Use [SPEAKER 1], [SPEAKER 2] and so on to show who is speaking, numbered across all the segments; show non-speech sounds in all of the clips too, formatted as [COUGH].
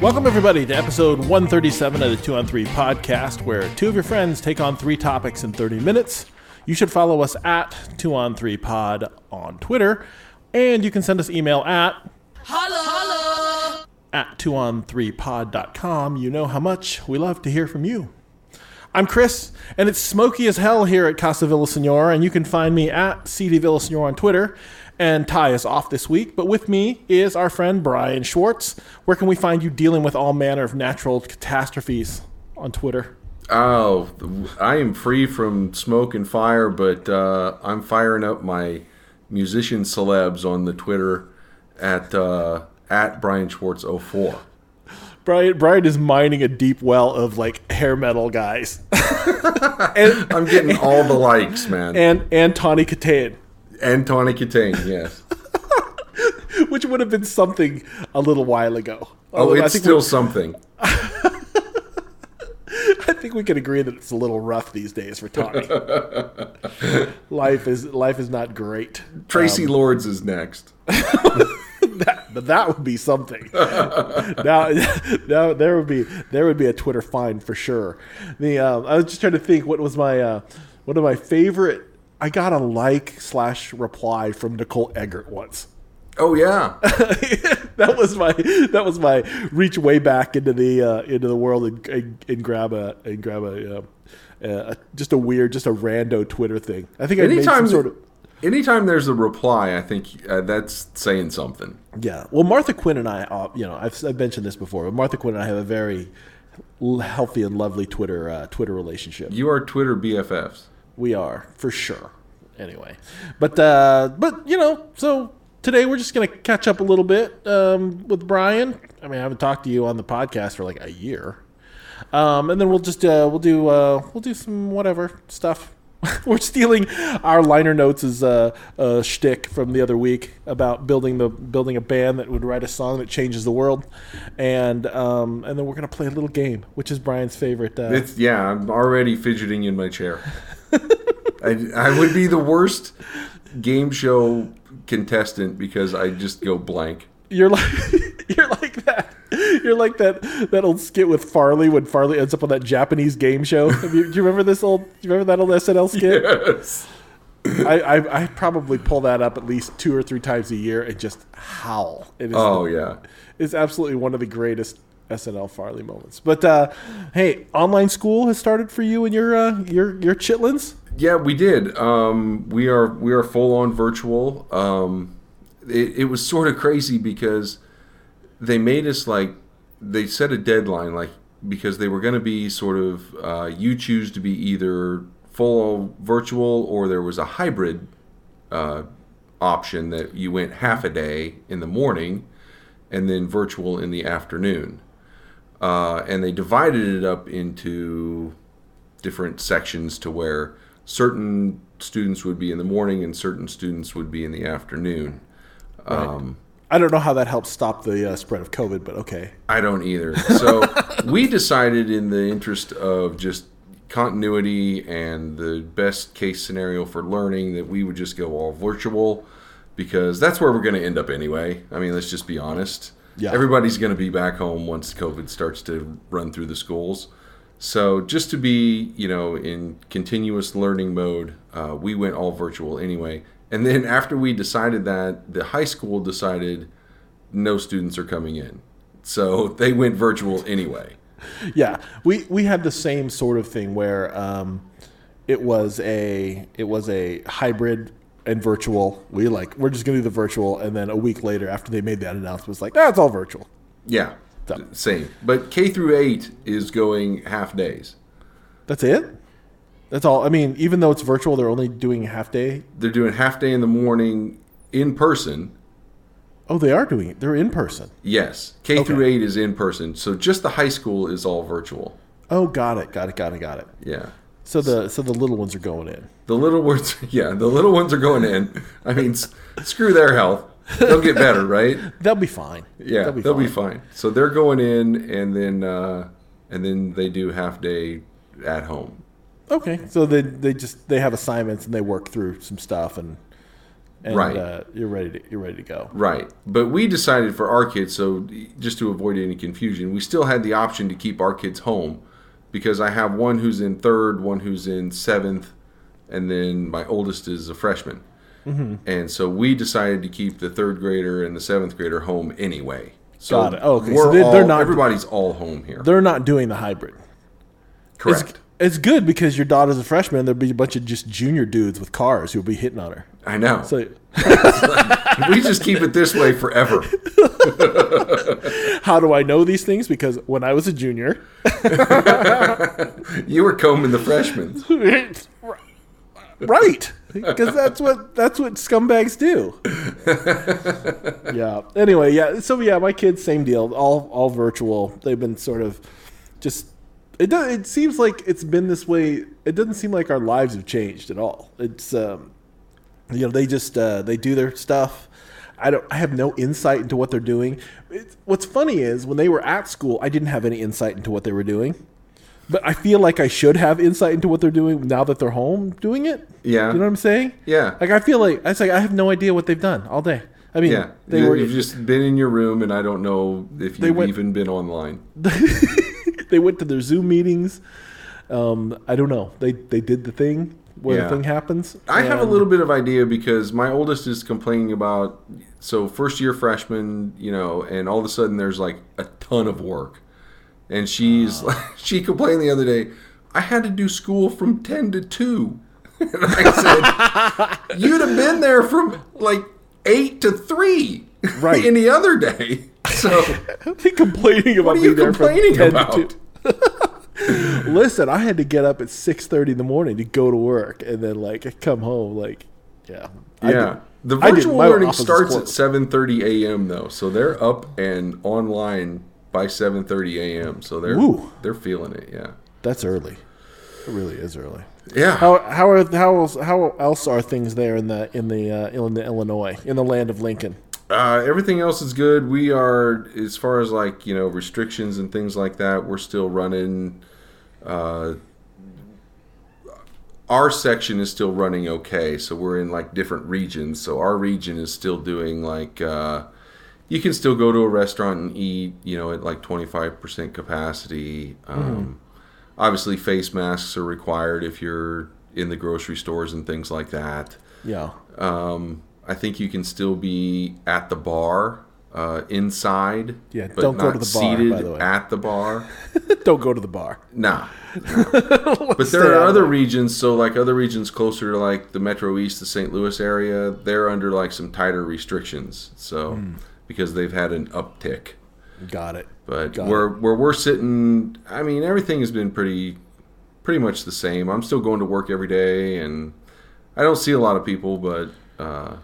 [SPEAKER 1] Welcome, everybody, to episode 137 of the Two on Three podcast, where two of your friends take on three topics in 30 minutes. You should follow us at Two on Three Pod on Twitter, and you can send us email at at 2on3pod.com. You know how much we love to hear from you. I'm Chris, and it's smoky as hell here at Casa Villa Senora, and you can find me at CD Villa Senora on Twitter. And Ty is off this week, but with me is our friend Brian Schwartz. Where can we find you dealing with all manner of natural catastrophes on Twitter?
[SPEAKER 2] Oh, I am free from smoke and fire, but uh, I'm firing up my musician celebs on the Twitter at uh, at Brian Schwartz 04.
[SPEAKER 1] Brian, Brian is mining a deep well of like hair metal [LAUGHS] guys
[SPEAKER 2] I'm getting all the likes, man.
[SPEAKER 1] [LAUGHS]
[SPEAKER 2] And,
[SPEAKER 1] and and Tawny Katane.
[SPEAKER 2] Tony
[SPEAKER 1] [LAUGHS]
[SPEAKER 2] Katane, yes.
[SPEAKER 1] which would have been something a little while ago.
[SPEAKER 2] Oh,
[SPEAKER 1] Although I
[SPEAKER 2] it's
[SPEAKER 1] think Um,
[SPEAKER 2] still
[SPEAKER 1] we-
[SPEAKER 2] something.
[SPEAKER 1] I think we can agree that it's a little rough these days for Tawny. life is life is not great,
[SPEAKER 2] Tracy Lords is next.
[SPEAKER 1] but that would be something. now, [LAUGHS] now there would be there would be a Twitter find for sure. The um, I was just trying to think what was my uh, one of my favorite. I got a like slash reply from Nicole Eggert once. [LAUGHS]
[SPEAKER 2] Oh yeah,
[SPEAKER 1] that was my that was my reach way back into the uh, into the world and, and, and grab a and grab a, uh, uh, just a weird just a rando Twitter thing. I think I made some
[SPEAKER 2] anytime
[SPEAKER 1] sort of
[SPEAKER 2] anytime there's a reply, I think uh, that's saying something.
[SPEAKER 1] yeah. Well, Martha Quinn and I, uh, you know, I've, I've mentioned this before, but Martha Quinn and I have a very l- healthy and lovely Twitter uh, Twitter relationship.
[SPEAKER 2] You are Twitter BFFs.
[SPEAKER 1] We are for sure. Anyway, but uh, but you know, so today we're just gonna catch up a little bit um, with Brian. I mean, I haven't talked to you on the podcast for like a year, um, and then we'll just uh, we'll do uh, we'll do some whatever stuff. [LAUGHS] we're stealing our liner notes as a, a shtick from the other week about building the building a band that would write a song that changes the world, and um, and then we're gonna play a little game, which is Brian's favorite. Uh,
[SPEAKER 2] It's yeah, I'm already fidgeting in my chair. I, I would be the worst game show contestant because I just go blank.
[SPEAKER 1] You're like [LAUGHS] you're like that. You're like that that old skit with Farley when Farley ends up on that Japanese game show. Have you, do you remember this old? Do you remember that old SNL skit?
[SPEAKER 2] Yes.
[SPEAKER 1] I, I I probably pull that up at least two or three times a year and just howl. It is
[SPEAKER 2] Oh yeah.
[SPEAKER 1] it's absolutely one of the greatest SNL Farley moments. But uh, hey, online school has started for you and your uh, your your chitlins.
[SPEAKER 2] Yeah, we did. Um, we are we are full on virtual. Um, it, it was sort of crazy because they made us like they set a deadline like because they were going to be sort of uh, you choose to be either full virtual or there was a hybrid uh, option that you went half a day in the morning and then virtual in the afternoon. Uh, and they divided it up into different sections to where certain students would be in the morning and certain students would be in the afternoon.
[SPEAKER 1] I don't know how that helps stop the uh, spread of COVID, but okay.
[SPEAKER 2] I don't either. So we decided, in the interest of just continuity and the best case scenario for learning, that we would just go all virtual because that's where we're going to end up anyway. I mean, let's just be honest.
[SPEAKER 1] Yeah.
[SPEAKER 2] Everybody's going to be back home once COVID starts to run through the schools. So just to be, you know, in continuous learning mode, uh, we went all virtual anyway. And then after we decided that, the high school decided no students are coming in. So [LAUGHS] they went virtual anyway.
[SPEAKER 1] yeah we we had the same sort of thing where um it was a it was a hybrid and virtual we like we're just gonna do the virtual and then a week later after they made that announcement it's like that's all virtual
[SPEAKER 2] Yeah. Same. But K through 8 is going half days.
[SPEAKER 1] that's it that's all i mean even though it's virtual they're only doing half day
[SPEAKER 2] They're doing half day in the morning in person.
[SPEAKER 1] oh they are doing it they're in person
[SPEAKER 2] Yes. K through 8 is in person. So just the high school is all virtual.
[SPEAKER 1] oh got it got it got it got it
[SPEAKER 2] Yeah.
[SPEAKER 1] so the so the little ones are going in
[SPEAKER 2] The little ones, [LAUGHS] yeah, the little ones are going in. I mean, s- screw their health. They'll get [LAUGHS] better, right?
[SPEAKER 1] they'll be fine
[SPEAKER 2] Yeah, they'll, be, fine. So they're going in, and then uh, and then they do half day at home.
[SPEAKER 1] Okay, so they they just they have assignments and they work through some stuff and and
[SPEAKER 2] Right.
[SPEAKER 1] uh, you're ready to you're ready to go.
[SPEAKER 2] Right. But we decided for our kids, so just to avoid any confusion, we still had the option to keep our kids home because I have one who's in third, one who's in seventh, and then my oldest is a freshman.
[SPEAKER 1] Mm-hmm.
[SPEAKER 2] And so we decided to keep the third grader and the seventh grader home anyway. So
[SPEAKER 1] Got it. Oh, okay. So
[SPEAKER 2] We're
[SPEAKER 1] they- they're
[SPEAKER 2] all-
[SPEAKER 1] not-
[SPEAKER 2] everybody's all home here.
[SPEAKER 1] They're not doing the hybrid. It's,
[SPEAKER 2] Correct.
[SPEAKER 1] it's good because your daughter's a freshman. There'll be a bunch of just junior dudes with cars who'll be hitting on her.
[SPEAKER 2] I know.
[SPEAKER 1] So
[SPEAKER 2] [LAUGHS]
[SPEAKER 1] [LAUGHS]
[SPEAKER 2] we just keep it this way forever.
[SPEAKER 1] how do I know these things? Because when I was a junior, [LAUGHS]
[SPEAKER 2] You were combing the freshmen.
[SPEAKER 1] right? Because that's what that's what scumbags do. yeah. Anyway, yeah. So yeah, my kids, same deal. All all virtual. They've been sort of just. It do, it seems like it's been this way. It doesn't seem like our lives have changed at all. It's um, you know they just uh, they do their stuff i don't i have no insight into what they're doing it's, what's funny is when they were at school i didn't have any insight into what they were doing but i feel like i should have insight into what they're doing now that they're home doing it
[SPEAKER 2] Yeah.
[SPEAKER 1] you know what i'm saying
[SPEAKER 2] Yeah.
[SPEAKER 1] like i feel like i say i have no idea what they've done all day i mean
[SPEAKER 2] Yeah.
[SPEAKER 1] they
[SPEAKER 2] you,
[SPEAKER 1] were
[SPEAKER 2] have just been in your room, and I don't know if you've
[SPEAKER 1] went-
[SPEAKER 2] even been online.
[SPEAKER 1] [LAUGHS] they went to their Zoom meetings. Um, I don't know. They they did the thing where
[SPEAKER 2] Yeah.
[SPEAKER 1] the thing happens. Uh,
[SPEAKER 2] I have a
[SPEAKER 1] and-
[SPEAKER 2] little bit of idea because my oldest is complaining about so first year freshman, you know, and all of a sudden there's like a ton of work, and she's [LAUGHS] she complained the other day, I had to do school from ten to two, [LAUGHS] and I said, you'd have been there from like eight to three,
[SPEAKER 1] Right.
[SPEAKER 2] [LAUGHS] any other day. [LAUGHS] So
[SPEAKER 1] [LAUGHS] complaining about
[SPEAKER 2] are
[SPEAKER 1] being
[SPEAKER 2] you
[SPEAKER 1] there from
[SPEAKER 2] complaining
[SPEAKER 1] 10
[SPEAKER 2] about?
[SPEAKER 1] to- [LAUGHS] Listen, I had to get up at six thirty in the morning to go to work, and then like come home. Like, yeah, I
[SPEAKER 2] yeah.
[SPEAKER 1] did-
[SPEAKER 2] The
[SPEAKER 1] I did-
[SPEAKER 2] virtual
[SPEAKER 1] my
[SPEAKER 2] learning
[SPEAKER 1] office is
[SPEAKER 2] starts at
[SPEAKER 1] closed.
[SPEAKER 2] 7:30 a.m. though, so they're up and online by 7:30 a.m. So they're
[SPEAKER 1] Woo.
[SPEAKER 2] they're feeling it, yeah.
[SPEAKER 1] That's early. It really is early.
[SPEAKER 2] Yeah.
[SPEAKER 1] How how are, how else, how else are things there in the in the uh, in the Illinois in the land of Lincoln?
[SPEAKER 2] Uh, everything else is good. We are as far as like, you know, restrictions and things like that, we're still running uh our section is still running okay, so we're in like different regions. So our region is still doing like uh you can still go to a restaurant and eat, you know, at like 25% capacity. Um, Obviously, face masks are required if you're in the grocery stores and things like that.
[SPEAKER 1] Yeah, [LAUGHS]
[SPEAKER 2] Um, I think you can still be at the bar uh, inside.
[SPEAKER 1] Yeah,
[SPEAKER 2] but
[SPEAKER 1] don't go
[SPEAKER 2] not
[SPEAKER 1] to the bar, by
[SPEAKER 2] seated
[SPEAKER 1] the way.
[SPEAKER 2] at
[SPEAKER 1] [LAUGHS]
[SPEAKER 2] the bar.
[SPEAKER 1] don't go to the bar.
[SPEAKER 2] Nah.
[SPEAKER 1] [LAUGHS] Let's
[SPEAKER 2] But
[SPEAKER 1] stay
[SPEAKER 2] there
[SPEAKER 1] out
[SPEAKER 2] are
[SPEAKER 1] of
[SPEAKER 2] other
[SPEAKER 1] it.
[SPEAKER 2] regions, so like other regions closer to like the Metro East, the St. Louis area, they're under like some tighter restrictions. So
[SPEAKER 1] Hmm.
[SPEAKER 2] because they've had an uptick.
[SPEAKER 1] Got it.
[SPEAKER 2] But
[SPEAKER 1] Got
[SPEAKER 2] where where we're sitting, I mean, everything has been pretty pretty much the same. I'm still going to work every day, and I don't see a lot of people, but uh,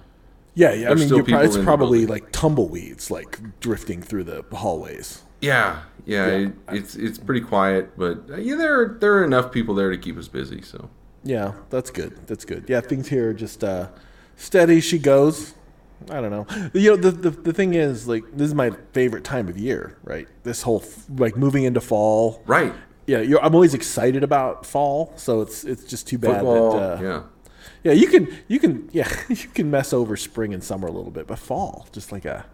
[SPEAKER 1] Yeah, yeah. I
[SPEAKER 2] There's
[SPEAKER 1] mean,
[SPEAKER 2] still
[SPEAKER 1] you're pro-
[SPEAKER 2] people
[SPEAKER 1] it's
[SPEAKER 2] in the
[SPEAKER 1] probably
[SPEAKER 2] building.
[SPEAKER 1] like tumbleweeds, like drifting through the hallways.
[SPEAKER 2] yeah, yeah, It, it's it's pretty quiet. But uh, yeah, there are- there are enough people there to keep us busy. So
[SPEAKER 1] Yeah, that's good. That's good. Yeah, things here are just uh, steady. She goes. I don't know. You know, the, the the thing is, like, this is my favorite time of year, right? This whole f- like moving into fall.
[SPEAKER 2] right,
[SPEAKER 1] Yeah, you're, I'm always excited about fall, so it's it's just too bad
[SPEAKER 2] football,
[SPEAKER 1] that. Uh, yeah.
[SPEAKER 2] yeah.
[SPEAKER 1] you can you can [LAUGHS] yeah you can mess over spring and summer a little bit, but fall just like a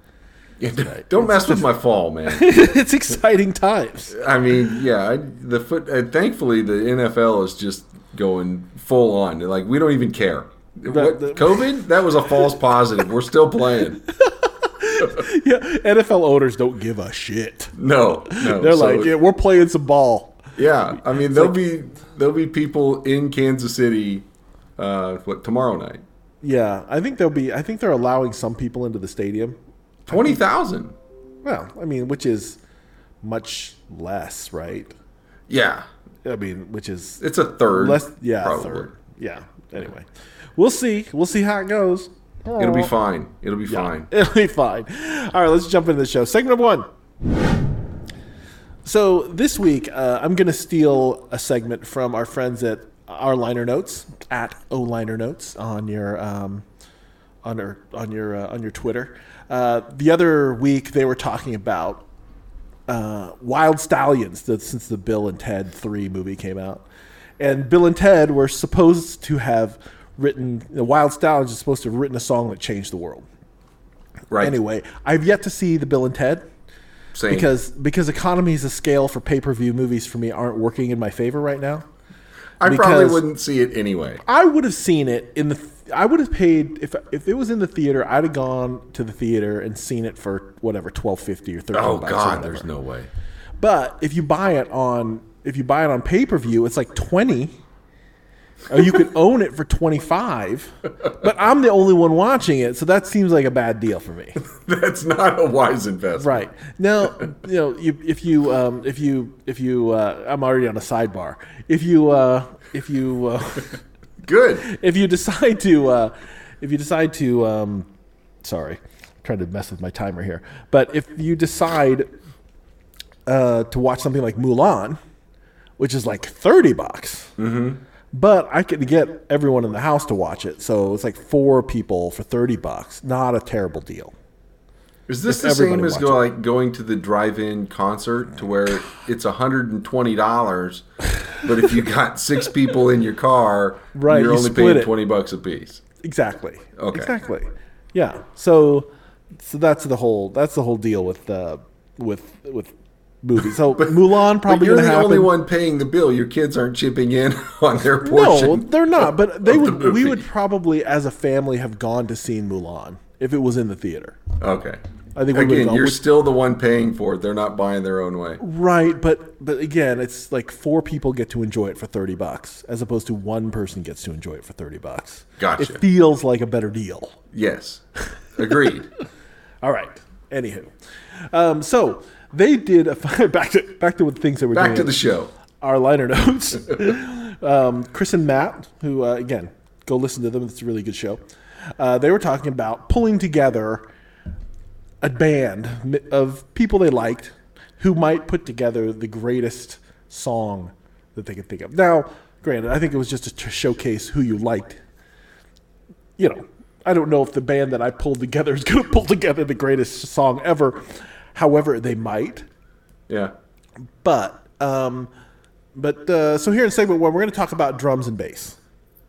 [SPEAKER 1] [LAUGHS]
[SPEAKER 2] Don't mess with my fall, man.
[SPEAKER 1] it's exciting times.
[SPEAKER 2] I mean, yeah, I, the foot. Uh, thankfully, the NFL is just going full on. They're Like we don't even care. what,
[SPEAKER 1] the-
[SPEAKER 2] COVID? That was a false positive. We're still playing.
[SPEAKER 1] Yeah, NFL owners don't give a shit.
[SPEAKER 2] No, no.
[SPEAKER 1] [LAUGHS] They're
[SPEAKER 2] So,
[SPEAKER 1] like, yeah, we're playing some ball.
[SPEAKER 2] yeah. I mean, there'll be there'll be people in Kansas City. Uh, what tomorrow night?
[SPEAKER 1] Yeah, I think they'll be. I think they're allowing some people into the stadium.
[SPEAKER 2] Twenty thousand.
[SPEAKER 1] Well, I mean, which is much less, right?
[SPEAKER 2] Yeah,
[SPEAKER 1] I mean, which is
[SPEAKER 2] it's a third.
[SPEAKER 1] less. Yeah, a
[SPEAKER 2] probably.
[SPEAKER 1] third. Yeah. Anyway, we'll see. We'll see how it goes.
[SPEAKER 2] It'll
[SPEAKER 1] Oh.
[SPEAKER 2] be fine. It'll be fine.
[SPEAKER 1] [LAUGHS] It'll be fine. All right, let's jump into the show. Segment one. So this week, uh, I'm going to steal a segment from our friends at our liner notes at O liner notes on your um, on your on your uh, on your Twitter. Uh, the other week, they were talking about uh, Wild Stallions that since the Bill and Ted three movie came out, and Bill and Ted were supposed to have written. The Wild Stallions is supposed to have written a song that changed the world.
[SPEAKER 2] Right.
[SPEAKER 1] Anyway, I've yet to see the Bill and Ted
[SPEAKER 2] Same.
[SPEAKER 1] because because economies of scale for pay per view movies for me aren't working in my favor right now.
[SPEAKER 2] I probably
[SPEAKER 1] because-
[SPEAKER 2] wouldn't see it anyway.
[SPEAKER 1] I would have seen it in the. I would have paid if if it was in the theater. I'd have gone to the theater and seen it for whatever twelve fifty or thirteen.
[SPEAKER 2] Oh
[SPEAKER 1] bucks or
[SPEAKER 2] God,
[SPEAKER 1] whatever.
[SPEAKER 2] there's no way. [LAUGHS]
[SPEAKER 1] But if you buy it on if you buy it on pay per view, it's like twenty. Or you could own it for twenty five. But I'm the only one watching it, so that seems like a bad deal for me.
[SPEAKER 2] That's not a wise investment.
[SPEAKER 1] Right now, you know, you, if you um, if you if you uh, I'm already on a sidebar. If you uh, if you uh, [LAUGHS]
[SPEAKER 2] Good.
[SPEAKER 1] if you decide to uh, if you decide to um, sorry, I'm trying to mess with my timer here. But if you decide uh, to watch something like Mulan, which is like thirty bucks. But I could get everyone in the house to watch it, so it's like four people for thirty bucks. Not a terrible deal.
[SPEAKER 2] Is this the
[SPEAKER 1] everybody
[SPEAKER 2] same as go,
[SPEAKER 1] watched Oh,
[SPEAKER 2] like going to the drive-in concert to where it's hundred and twenty dollars, but if you got six people in your car,
[SPEAKER 1] [LAUGHS] Right,
[SPEAKER 2] you're
[SPEAKER 1] you
[SPEAKER 2] only
[SPEAKER 1] split
[SPEAKER 2] paying
[SPEAKER 1] it.
[SPEAKER 2] twenty bucks a piece.
[SPEAKER 1] Exactly.
[SPEAKER 2] Okay.
[SPEAKER 1] Exactly. Yeah. So, so that's the whole that's the whole deal with uh, with with movies. So Mulan
[SPEAKER 2] [LAUGHS] But
[SPEAKER 1] probably
[SPEAKER 2] you're
[SPEAKER 1] gonna
[SPEAKER 2] the
[SPEAKER 1] happen.
[SPEAKER 2] only one paying the bill. Your kids aren't chipping in [LAUGHS] on their portion.
[SPEAKER 1] no, they're not. But they
[SPEAKER 2] of the
[SPEAKER 1] would. we
[SPEAKER 2] movie.
[SPEAKER 1] would probably, as a family, have gone to see Mulan if it was in the theater.
[SPEAKER 2] Okay.
[SPEAKER 1] I think we would've
[SPEAKER 2] again,
[SPEAKER 1] gone
[SPEAKER 2] you're
[SPEAKER 1] with-
[SPEAKER 2] still the one paying for it. They're not buying their own way.
[SPEAKER 1] Right, but but again, it's like four people get to enjoy it for thirty bucks, as opposed to one person gets to enjoy it for thirty bucks.
[SPEAKER 2] Gotcha.
[SPEAKER 1] It feels like a better deal. [LAUGHS]
[SPEAKER 2] Yes. Agreed.
[SPEAKER 1] All right. Anywho, um, so they did a [LAUGHS] back to back to what things that were
[SPEAKER 2] Back
[SPEAKER 1] doing.
[SPEAKER 2] to the show.
[SPEAKER 1] our liner [LAUGHS] notes. um, Chris and Matt, who uh, again, go listen to them. It's a really good show. Uh, they were talking about pulling together a band mi- of people they liked who might put together the greatest song that they could think of. Now, granted, I think it was just to, to showcase who you liked. You know, I don't know if the band that I pulled together is going to [LAUGHS] pull together the greatest song ever. However, they might.
[SPEAKER 2] Yeah.
[SPEAKER 1] But um, but uh, so here in segment one, we're going to talk about drums and bass.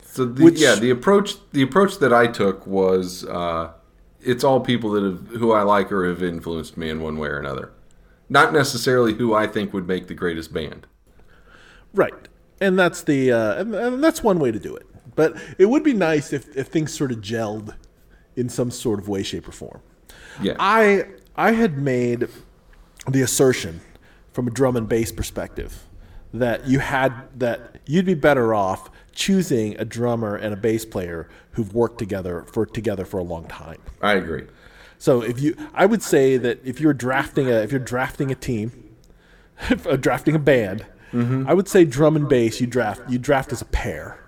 [SPEAKER 2] So the,
[SPEAKER 1] Which-
[SPEAKER 2] yeah, the approach the approach that I took was uh, it's all people that have who I like or have influenced me in one way or another. Not necessarily who I think would make the greatest band.
[SPEAKER 1] Right, and that's the uh, and, and that's one way to do it. But it would be nice if if things sort of gelled in some sort of way, shape, or form.
[SPEAKER 2] Yeah.
[SPEAKER 1] I I had made the assertion from a drum and bass perspective that you had that you'd be better off choosing a drummer and a bass player who've worked together for together for a long time.
[SPEAKER 2] I agree.
[SPEAKER 1] So if you, I would say that if you're drafting a if you're drafting a team, [LAUGHS] if, uh, drafting a band, I would say drum and bass. You draft you draft as a pair.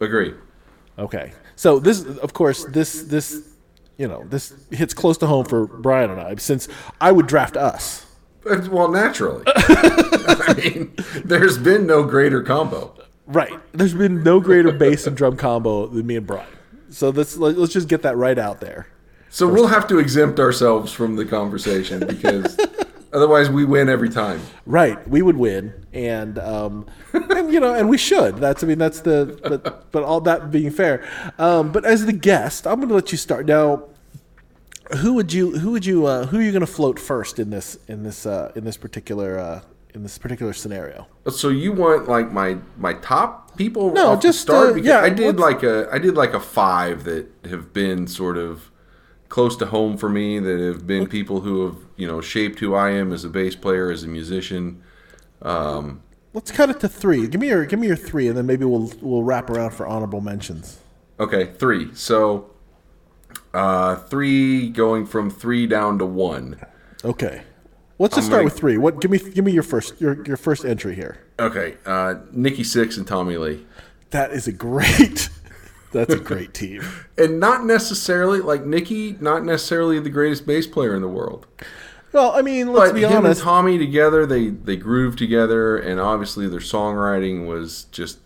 [SPEAKER 2] Agree.
[SPEAKER 1] Okay. So this, of course, this this you know this hits close to home for Brian and I since I would draft us.
[SPEAKER 2] But- Well, naturally. [LAUGHS] I mean, there's been no greater combo.
[SPEAKER 1] Right. There's been no greater bass and drum combo than me and Brian. So let's let's just get that right out there.
[SPEAKER 2] So we'll have to exempt ourselves from the conversation
[SPEAKER 1] [LAUGHS]
[SPEAKER 2] because otherwise we win every time.
[SPEAKER 1] Right, we would win, and um, and you know, and we should. That's I mean, that's the but but all that being fair. Um, but as the guest, I'm going to let you start now. Who would you who would you uh, who are you going to float first in this in this uh, in this particular uh, in this particular scenario?
[SPEAKER 2] So you want like my my top people?
[SPEAKER 1] No,
[SPEAKER 2] off the
[SPEAKER 1] just,
[SPEAKER 2] start?
[SPEAKER 1] uh,
[SPEAKER 2] Because
[SPEAKER 1] yeah,
[SPEAKER 2] I did
[SPEAKER 1] let's-
[SPEAKER 2] like a I did like a five that have been sort of close to home for me. That have been people who have you know shaped who I am as a bass player, as a musician.
[SPEAKER 1] Let's cut it to three. Give me your give me your three, and then maybe we'll we'll wrap around for honorable mentions.
[SPEAKER 2] Okay, three. So uh, three going from three down to one.
[SPEAKER 1] Okay, let's just start
[SPEAKER 2] gonna-
[SPEAKER 1] with three. What? Give me give me your first your your first entry here.
[SPEAKER 2] Okay, uh, Nikki Six and Tommy Lee.
[SPEAKER 1] That is a great. [LAUGHS] That's a great team.
[SPEAKER 2] and not necessarily like Nikki, not necessarily the greatest bass player in the world.
[SPEAKER 1] Well, I mean, let's
[SPEAKER 2] But
[SPEAKER 1] be
[SPEAKER 2] him and
[SPEAKER 1] honest.
[SPEAKER 2] Tommy together, they they groove together, and obviously their songwriting was just,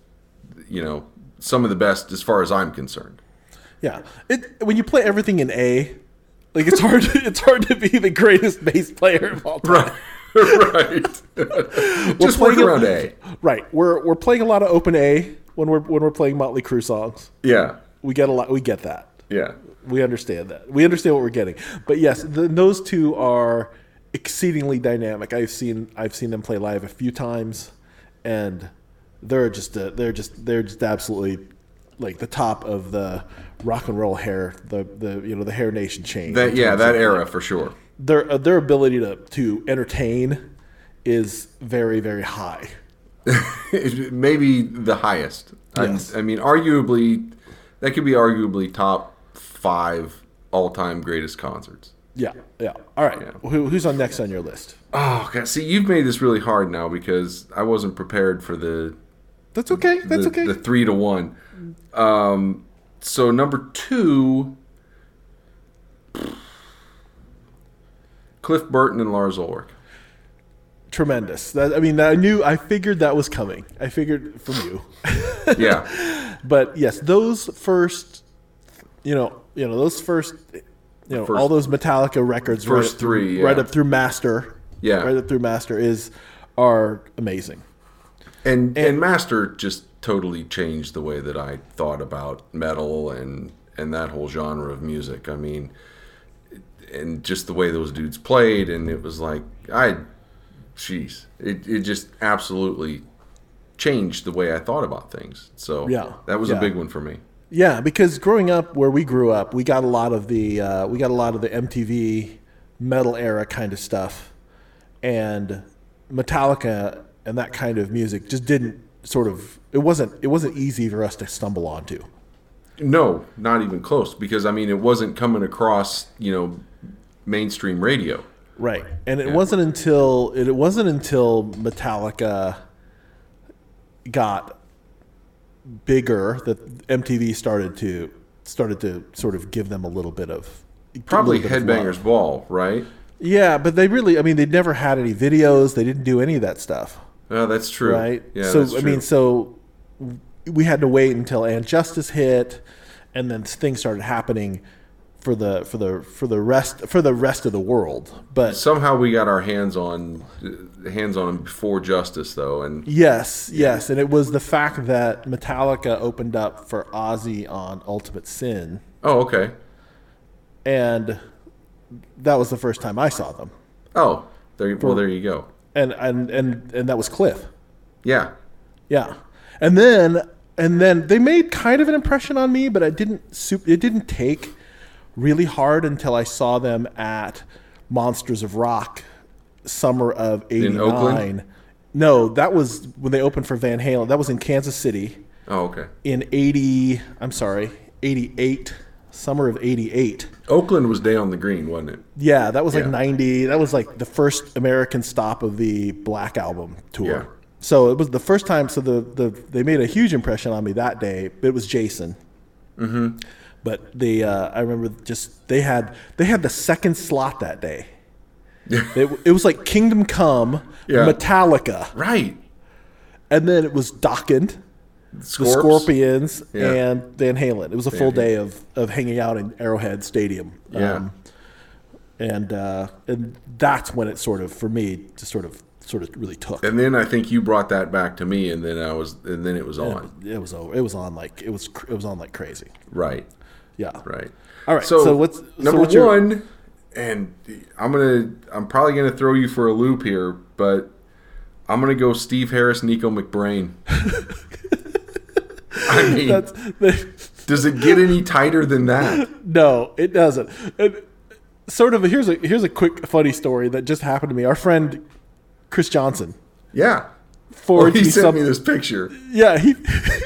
[SPEAKER 2] you know, some of the best as far as I'm
[SPEAKER 1] [LAUGHS]
[SPEAKER 2] concerned.
[SPEAKER 1] Yeah, it when you play everything in A, like it's hard. [LAUGHS] it's hard to be the greatest bass player of all time. [LAUGHS]
[SPEAKER 2] right. just work
[SPEAKER 1] playing it-
[SPEAKER 2] around A.
[SPEAKER 1] Right. We're we're playing a lot of open A when we're when we're playing Motley Crue songs.
[SPEAKER 2] Yeah.
[SPEAKER 1] we get a lot. We get that.
[SPEAKER 2] Yeah.
[SPEAKER 1] We understand that. We understand what we're getting. But yes, the, those two are exceedingly dynamic. I've seen I've seen them play live a few times, and they're just a, they're just they're just absolutely like the top of the rock and roll hair the the you know the hair nation chain.
[SPEAKER 2] That yeah, that era for sure. [LAUGHS]
[SPEAKER 1] Their uh, their ability to to entertain is very very high.
[SPEAKER 2] Maybe the highest. I-
[SPEAKER 1] Yes.
[SPEAKER 2] I, mean, arguably, that could be arguably top five all-time greatest concerts.
[SPEAKER 1] Yeah, yeah. All right, Who, who's on next on your list?
[SPEAKER 2] Oh god, see, you've made this really hard now because I wasn't prepared for the
[SPEAKER 1] That's okay. That's
[SPEAKER 2] the,
[SPEAKER 1] okay.
[SPEAKER 2] the three to one. Um, so number two, Cliff Burton and Lars Ulrich.
[SPEAKER 1] Tremendous. That, I mean, I knew. I figured that was coming. I figured from you. [LAUGHS]
[SPEAKER 2] Yeah,
[SPEAKER 1] but yes, those first, you know, you know, those first, you know,
[SPEAKER 2] First-
[SPEAKER 1] all those Metallica records,
[SPEAKER 2] First
[SPEAKER 1] right up through-
[SPEAKER 2] three, yeah.
[SPEAKER 1] right up through Master,
[SPEAKER 2] Yeah.
[SPEAKER 1] right up through Master is are amazing.
[SPEAKER 2] and and Master just totally changed the way that I thought about metal and and that whole genre of music. I mean, and just the way those dudes played, and it was like I, jeez, it it just absolutely changed the way I thought about things. So
[SPEAKER 1] Yeah,
[SPEAKER 2] that was
[SPEAKER 1] yeah.
[SPEAKER 2] a big one for me.
[SPEAKER 1] Yeah, because growing up where we grew up, we got a lot of the uh, we got a lot of the MTV metal era kind of stuff, and Metallica and that kind of music just didn't sort of it wasn't it wasn't easy for us to stumble onto.
[SPEAKER 2] No, not even close. Because I mean, it wasn't coming across, you know, mainstream radio.
[SPEAKER 1] Right. And it wasn't until it, it wasn't until Metallica got bigger that MTV started to started to sort of give them a little bit of
[SPEAKER 2] Probably
[SPEAKER 1] a little bit of love.
[SPEAKER 2] Headbangers Ball, right?
[SPEAKER 1] Yeah, but they really I mean they never had any videos, they didn't do any of that stuff,
[SPEAKER 2] Oh, that's true.
[SPEAKER 1] right?
[SPEAKER 2] Yeah.
[SPEAKER 1] so
[SPEAKER 2] that's
[SPEAKER 1] I
[SPEAKER 2] true.
[SPEAKER 1] mean so we had to wait until And Justice hit and then things started happening for the for the for the rest for the rest of the world. But
[SPEAKER 2] somehow we got our hands on uh, hands on him before Justice, though, and
[SPEAKER 1] Yes, yes, and it was the fact that Metallica opened up for Ozzy on Ultimate Sin,
[SPEAKER 2] oh, okay,
[SPEAKER 1] and that was the first time I saw them,
[SPEAKER 2] oh, there, you- well, there you go.
[SPEAKER 1] and and and and that was Cliff,
[SPEAKER 2] Yeah,
[SPEAKER 1] yeah, and then and then they made kind of an impression on me, but I didn't sup- it didn't take really hard until I saw them at Monsters of Rock, summer of '89.
[SPEAKER 2] Oakland?
[SPEAKER 1] No, that was when they opened for Van Halen. That was in Kansas City.
[SPEAKER 2] oh, okay.
[SPEAKER 1] in 80 i'm sorry 88 summer of 88
[SPEAKER 2] Oakland was day on the green, wasn't it?
[SPEAKER 1] yeah that was like
[SPEAKER 2] Yeah.
[SPEAKER 1] 90 that was like the first american stop of the black album tour
[SPEAKER 2] Yeah.
[SPEAKER 1] so it was the first time so the, the they made a huge impression on me that day it was jason mm-hmm. but they uh, i remember just they had they had the second slot that
[SPEAKER 2] [LAUGHS]
[SPEAKER 1] day it, it was like kingdom come
[SPEAKER 2] Yeah.
[SPEAKER 1] metallica
[SPEAKER 2] Right.
[SPEAKER 1] and then it was Dockend, the
[SPEAKER 2] Scorps?
[SPEAKER 1] Scorpions,
[SPEAKER 2] Yeah.
[SPEAKER 1] and Van Halen. It was a full day of, of hanging out in Arrowhead Stadium. Um,
[SPEAKER 2] Yeah.
[SPEAKER 1] and uh, and that's when it sort of for me just sort of sort of really took.
[SPEAKER 2] And then I think you brought that back to me, and then I was, and then it was on.
[SPEAKER 1] It was over. It was on like it was cr- it was on like crazy.
[SPEAKER 2] Right.
[SPEAKER 1] Yeah.
[SPEAKER 2] Right.
[SPEAKER 1] All right,
[SPEAKER 2] So,
[SPEAKER 1] so what's- so
[SPEAKER 2] number
[SPEAKER 1] what's your-
[SPEAKER 2] one? And I'm gonna, I'm probably gonna throw you for a loop here, but I'm gonna go Steve Harris, Nico
[SPEAKER 1] [LAUGHS]
[SPEAKER 2] McBrain. I mean,
[SPEAKER 1] That's
[SPEAKER 2] does it get any tighter than that?
[SPEAKER 1] no, it doesn't. It, sort of here's a here's a quick funny story that just happened to me. Our friend Chris Johnson
[SPEAKER 2] Yeah.
[SPEAKER 1] forwarded
[SPEAKER 2] Oh, he
[SPEAKER 1] me
[SPEAKER 2] sent
[SPEAKER 1] [LAUGHS] some,
[SPEAKER 2] me this picture.
[SPEAKER 1] Yeah, he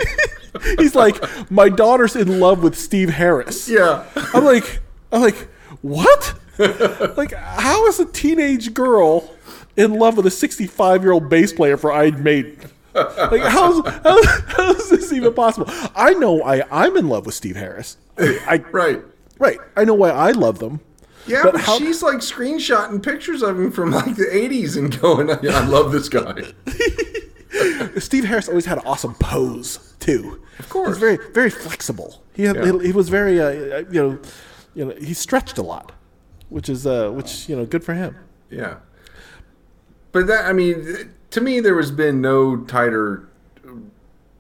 [SPEAKER 1] [LAUGHS] he's like, my daughter's in love with Steve Harris.
[SPEAKER 2] Yeah.
[SPEAKER 1] I'm like, I'm like,
[SPEAKER 2] [LAUGHS]
[SPEAKER 1] what? like, how is a teenage girl in love with a 65 year old bass player for Iron Maiden? Like, how's how, how is this even possible? I know I I'm in love with Steve
[SPEAKER 2] [LAUGHS]
[SPEAKER 1] Harris. I, I
[SPEAKER 2] Right.
[SPEAKER 1] right, I know why I love them.
[SPEAKER 2] Yeah,
[SPEAKER 1] But
[SPEAKER 2] but,
[SPEAKER 1] how-
[SPEAKER 2] she's like screenshotting pictures of him from like the 80s and going, I love this guy.
[SPEAKER 1] Steve Harris always had an awesome pose too. Of
[SPEAKER 2] course.
[SPEAKER 1] he was very very flexible. He had,
[SPEAKER 2] Yeah.
[SPEAKER 1] he, was very uh, you know you know he stretched a lot, which is uh, which you know good for him.
[SPEAKER 2] Yeah. But that, I mean, th- to me, there has been no tighter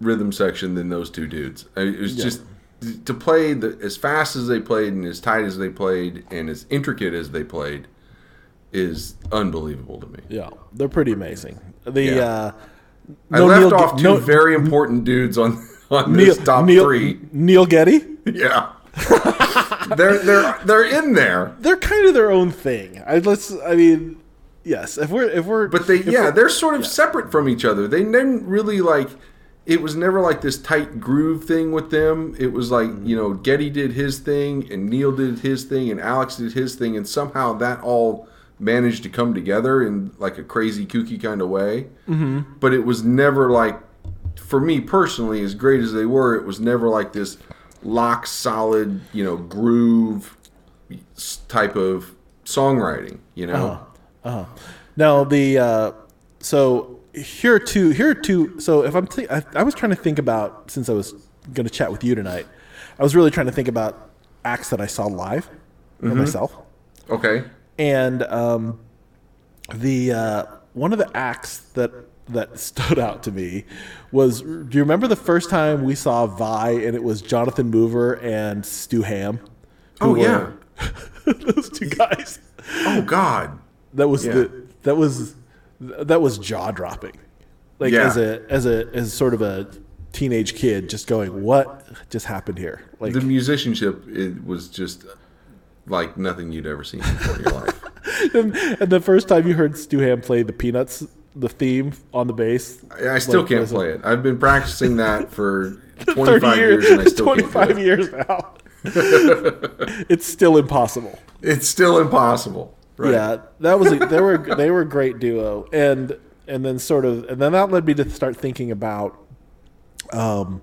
[SPEAKER 2] rhythm section than those two dudes. I- It was just to play the, as fast as they played and as tight as they played and as intricate as they played is unbelievable to me.
[SPEAKER 1] Yeah, they're pretty amazing. The
[SPEAKER 2] Yeah.
[SPEAKER 1] uh,
[SPEAKER 2] I
[SPEAKER 1] no
[SPEAKER 2] left
[SPEAKER 1] Neil Ge-
[SPEAKER 2] off two
[SPEAKER 1] no-
[SPEAKER 2] very important dudes on on
[SPEAKER 1] Neil,
[SPEAKER 2] this top
[SPEAKER 1] Neil,
[SPEAKER 2] three.
[SPEAKER 1] Neil Getty.
[SPEAKER 2] Yeah, [LAUGHS] they're they're they're in there,
[SPEAKER 1] They're kind of their own thing. I let's. I mean, yes. If we're if we're
[SPEAKER 2] but they
[SPEAKER 1] if
[SPEAKER 2] yeah
[SPEAKER 1] we're-
[SPEAKER 2] they're sort of separate from each other. They didn't really like. It was never like this tight groove thing with them. It was like you know Getty did his thing and Neil did his thing and Alex did his thing and somehow that all managed to come together in like a crazy kooky kind of way. Mm-hmm. But it was never like for me personally, as great as they were, it was never like this lock solid, you know, groove s- type of songwriting. You know,
[SPEAKER 1] Uh-huh. Now the uh, so here are two here are two. So if I'm thi- I, I was trying to think about since I was going to chat with you tonight, I was really trying to think about acts that I saw live
[SPEAKER 2] Mm-hmm.
[SPEAKER 1] and myself,
[SPEAKER 2] okay,
[SPEAKER 1] and um, the uh, one of the acts that that [LAUGHS] stood out to me was do you remember the first time we saw Vi and it was Jonathan Mover and Stu Ham?
[SPEAKER 2] oh yeah,
[SPEAKER 1] [LAUGHS] those two guys.
[SPEAKER 2] oh god,
[SPEAKER 1] That was
[SPEAKER 2] Yeah.
[SPEAKER 1] the that was that was jaw dropping. Like
[SPEAKER 2] Yeah.
[SPEAKER 1] as a as a as sort of a teenage kid, just going, "What just happened here?" Like
[SPEAKER 2] the musicianship it was just like nothing you'd ever seen before in your
[SPEAKER 1] [LAUGHS]
[SPEAKER 2] life.
[SPEAKER 1] and, and the first time you heard Stu Ham play the Peanuts the theme on the bass,
[SPEAKER 2] I I still
[SPEAKER 1] like,
[SPEAKER 2] can't
[SPEAKER 1] was it-
[SPEAKER 2] play it. I've been practicing that for
[SPEAKER 1] [LAUGHS] Thirty
[SPEAKER 2] 25 years,
[SPEAKER 1] years,
[SPEAKER 2] and I still can't play
[SPEAKER 1] twenty-five
[SPEAKER 2] it.
[SPEAKER 1] years now.
[SPEAKER 2] [LAUGHS]
[SPEAKER 1] it's still impossible.
[SPEAKER 2] It's still impossible. Right?
[SPEAKER 1] Yeah, that was a, they were they were a great duo, and and then sort of and then that led me to start thinking about um,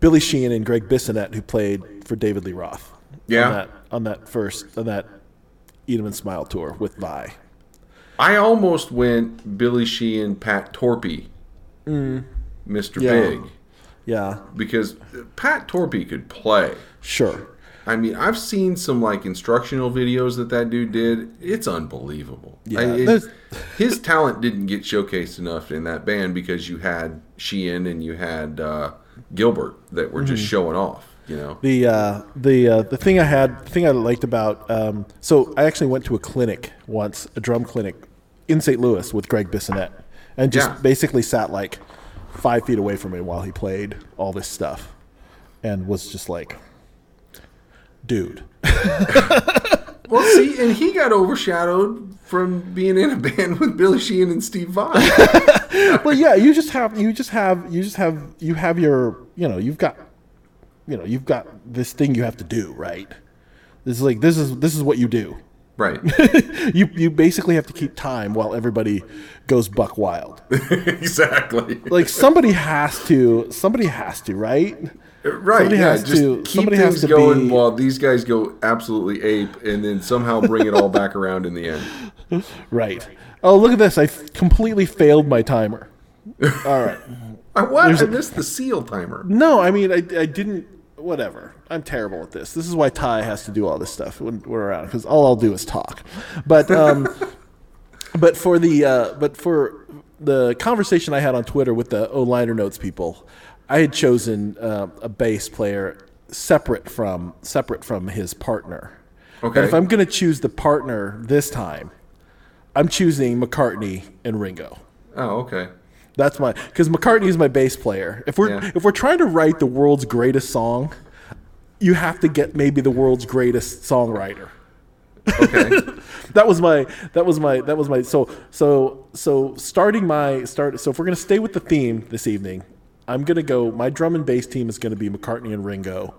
[SPEAKER 1] Billy Sheehan and Greg Bissonette, who played for David Lee Roth.
[SPEAKER 2] Yeah.
[SPEAKER 1] on that, on that first on that Eat 'Em and Smile tour with Vi.
[SPEAKER 2] I almost went Billy Sheehan, Pat Torpy, Mr.
[SPEAKER 1] Mm. Yeah.
[SPEAKER 2] Big,
[SPEAKER 1] Yeah,
[SPEAKER 2] because Pat Torpy could play.
[SPEAKER 1] sure.
[SPEAKER 2] I mean, I've seen some like instructional videos that that dude did. It's unbelievable.
[SPEAKER 1] Yeah,
[SPEAKER 2] I- it-
[SPEAKER 1] there's-
[SPEAKER 2] his talent didn't get showcased enough in that band because you had Sheehan and you had uh, Gilbert that were just showing off. You know,
[SPEAKER 1] Mm-hmm. The uh, the uh, the thing I had the thing I liked about um, so I actually went to a clinic once, a drum clinic in St. Louis with Greg Bissonette, and just
[SPEAKER 2] Yeah.
[SPEAKER 1] basically sat like five feet away from him while he played all this stuff, and was just like, dude,
[SPEAKER 2] well, see, and he got overshadowed from being in a [LAUGHS] band with Billy Sheehan and
[SPEAKER 1] [LAUGHS]
[SPEAKER 2] Steve Vai.
[SPEAKER 1] well yeah you just have you just have you just have you have your you know you've got you know you've got this thing you have to do right this is like this is this is what you do
[SPEAKER 2] right?
[SPEAKER 1] [LAUGHS]
[SPEAKER 2] [LAUGHS]
[SPEAKER 1] you you basically have to keep time while everybody goes buck wild
[SPEAKER 2] exactly.
[SPEAKER 1] like somebody has to somebody has to right
[SPEAKER 2] Right.
[SPEAKER 1] Somebody
[SPEAKER 2] yeah,
[SPEAKER 1] has
[SPEAKER 2] just
[SPEAKER 1] to-
[SPEAKER 2] keep
[SPEAKER 1] somebody has
[SPEAKER 2] things
[SPEAKER 1] to
[SPEAKER 2] going
[SPEAKER 1] be-
[SPEAKER 2] while these guys go absolutely ape, and then somehow bring it all back around in the end.
[SPEAKER 1] right oh look at this i f- completely failed my timer all right
[SPEAKER 2] I, what? I missed the seal timer.
[SPEAKER 1] no i mean i, I didn't whatever i'm terrible at this this is why ty has to do all this stuff when we're around because all i'll do is talk but um [LAUGHS] but for the uh, but for the conversation I had on Twitter with the O liner notes people, I had chosen uh, a bass player separate from separate from his partner.
[SPEAKER 2] Okay.
[SPEAKER 1] And if I'm going to choose the partner this time, I'm choosing McCartney and Ringo.
[SPEAKER 2] Oh, okay.
[SPEAKER 1] That's my because McCartney is my bass player. If we're
[SPEAKER 2] Yeah.
[SPEAKER 1] if we're trying to write the world's greatest song, you have to get maybe the world's greatest songwriter
[SPEAKER 2] Okay.
[SPEAKER 1] [LAUGHS] that was my that was my that was my so so so starting my start so if we're gonna stay with the theme this evening i'm gonna go my drum and bass team is gonna be mccartney and ringo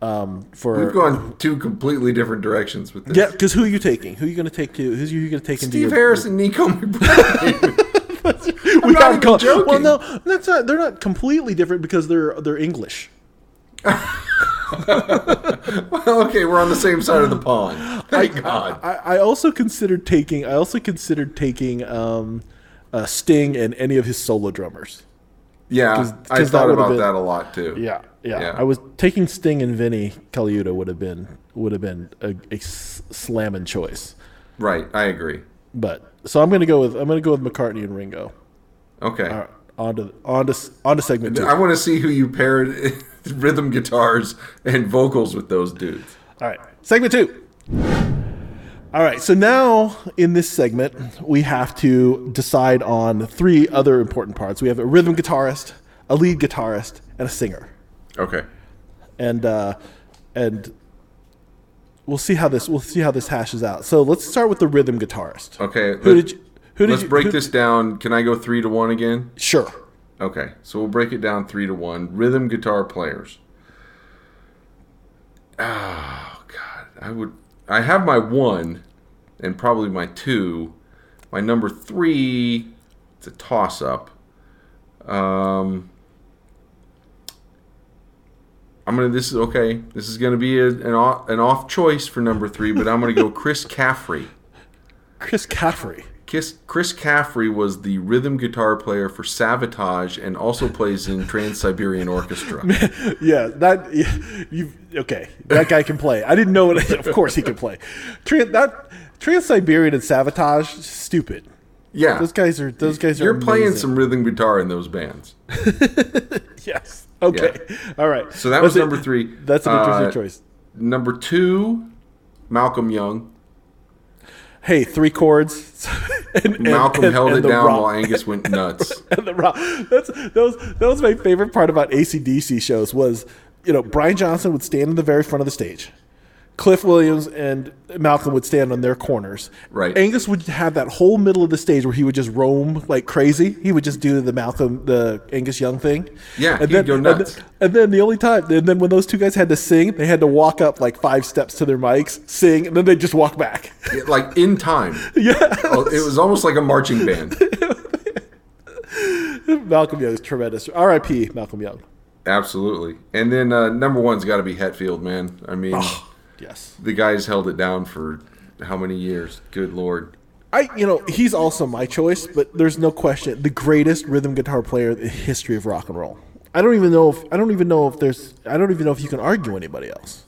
[SPEAKER 1] um
[SPEAKER 2] We've
[SPEAKER 1] for
[SPEAKER 2] gone two completely different directions with this.
[SPEAKER 1] yeah because who are you taking who are you gonna take to who's you you gonna take into your,
[SPEAKER 2] Steve Harris and Nico McBride. [LAUGHS]
[SPEAKER 1] we
[SPEAKER 2] not
[SPEAKER 1] gotta
[SPEAKER 2] even
[SPEAKER 1] call-
[SPEAKER 2] joking.
[SPEAKER 1] well no that's not they're not completely different because they're they're english
[SPEAKER 2] okay, we're on the same side of the pond. Thank God.
[SPEAKER 1] I, I also considered taking i also considered taking um uh, sting and any of his solo drummers
[SPEAKER 2] yeah,
[SPEAKER 1] 'cause-
[SPEAKER 2] I
[SPEAKER 1] 'cause that
[SPEAKER 2] thought
[SPEAKER 1] would've
[SPEAKER 2] about
[SPEAKER 1] been-
[SPEAKER 2] that a lot too.
[SPEAKER 1] Yeah, yeah.
[SPEAKER 2] Yeah.
[SPEAKER 1] I was taking Sting and Vinny Caliuta would have been would have been a, a s- slamming choice,
[SPEAKER 2] Right. I agree.
[SPEAKER 1] but so I'm gonna go with I'm gonna go with McCartney and Ringo. Uh,
[SPEAKER 2] Okay.
[SPEAKER 1] All right, on to on to, on to segment two.
[SPEAKER 2] I want to see who you paired [LAUGHS] rhythm guitars and vocals with those dudes.
[SPEAKER 1] All right, segment two. All right, so now in this segment, we have to decide on three other important parts. We have a rhythm guitarist, a lead guitarist, and a singer.
[SPEAKER 2] Okay.
[SPEAKER 1] And uh, and we'll see how this we'll see how this hashes out. So let's start with the rhythm guitarist.
[SPEAKER 2] Okay.
[SPEAKER 1] Who did you? Who did
[SPEAKER 2] Let's
[SPEAKER 1] you,
[SPEAKER 2] break
[SPEAKER 1] who-
[SPEAKER 2] this down. Can I go three to one again?
[SPEAKER 1] Sure.
[SPEAKER 2] Okay, so we'll break it down three to one. Rhythm guitar players. Oh God, I would. I have my one, and probably my two. My number three, it's a toss up. Um, I'm gonna. This is okay. This is gonna be a, an off, an off choice for number three, but I'm gonna go Chris Caffrey.
[SPEAKER 1] Chris Caffrey.
[SPEAKER 2] Kiss, Chris Caffrey was the rhythm guitar player for Sabotage and also plays in Trans
[SPEAKER 1] [LAUGHS]
[SPEAKER 2] Siberian Orchestra.
[SPEAKER 1] Yeah, that [LAUGHS] yeah, you okay? That guy can play. I didn't know it. [LAUGHS] Of course, he can play. Trans, that Trans Siberian and Sabotage, stupid.
[SPEAKER 2] Yeah,
[SPEAKER 1] Those guys are. Those guys are.
[SPEAKER 2] you're playing
[SPEAKER 1] amazing.
[SPEAKER 2] some rhythm guitar in those bands.
[SPEAKER 1] [LAUGHS] Yes. Okay. All right.
[SPEAKER 2] So that was
[SPEAKER 1] That's it.
[SPEAKER 2] number three.
[SPEAKER 1] That's an interesting
[SPEAKER 2] Uh,
[SPEAKER 1] choice.
[SPEAKER 2] Number two, Malcolm Young.
[SPEAKER 1] Hey, three chords. [LAUGHS] and, and-
[SPEAKER 2] Malcolm
[SPEAKER 1] and-
[SPEAKER 2] held
[SPEAKER 1] and
[SPEAKER 2] it
[SPEAKER 1] the
[SPEAKER 2] down
[SPEAKER 1] rock-
[SPEAKER 2] while
[SPEAKER 1] [LAUGHS]
[SPEAKER 2] Angus went nuts.
[SPEAKER 1] and the rock. That's that was that was my favorite part about ACDC shows was you know Brian Johnson would stand in the very front of the stage. Cliff Williams and Malcolm would stand on their corners.
[SPEAKER 2] Right.
[SPEAKER 1] Angus would have that whole middle of the stage where he would just roam like crazy. He would just do the Malcolm, the Angus Young thing.
[SPEAKER 2] Yeah, he'd
[SPEAKER 1] then,
[SPEAKER 2] go
[SPEAKER 1] and then-
[SPEAKER 2] nuts.
[SPEAKER 1] And, then the only time, and then when those two guys had to sing, they had to walk up like five steps to their mics, sing, and then they just walk back. [LAUGHS]
[SPEAKER 2] It- like in time.
[SPEAKER 1] yeah.
[SPEAKER 2] Oh, It was almost like a marching band.
[SPEAKER 1] Malcolm Young is tremendous. R.I.P. Malcolm Young.
[SPEAKER 2] Absolutely. And then uh, number one's got to be Hetfield, man. I mean,
[SPEAKER 1] Yes.
[SPEAKER 2] the guy's held it down for how many years? Good lord.
[SPEAKER 1] I, you know, he's also my choice, but there's no question the greatest rhythm guitar player in the history of rock and roll. I don't even know if I don't even know if there's I don't even know if you can argue anybody else.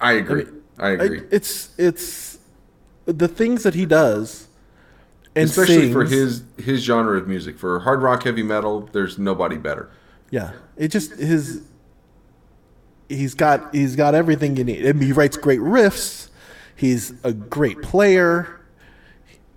[SPEAKER 2] I agree. I,
[SPEAKER 1] I-
[SPEAKER 2] agree.
[SPEAKER 1] it's it's the things that he does, and
[SPEAKER 2] Especially for
[SPEAKER 1] sings-
[SPEAKER 2] his his genre of music. For hard rock, heavy metal, there's nobody better.
[SPEAKER 1] yeah. It just his he's got he's got everything you need. I mean, he writes great riffs. He's a great player,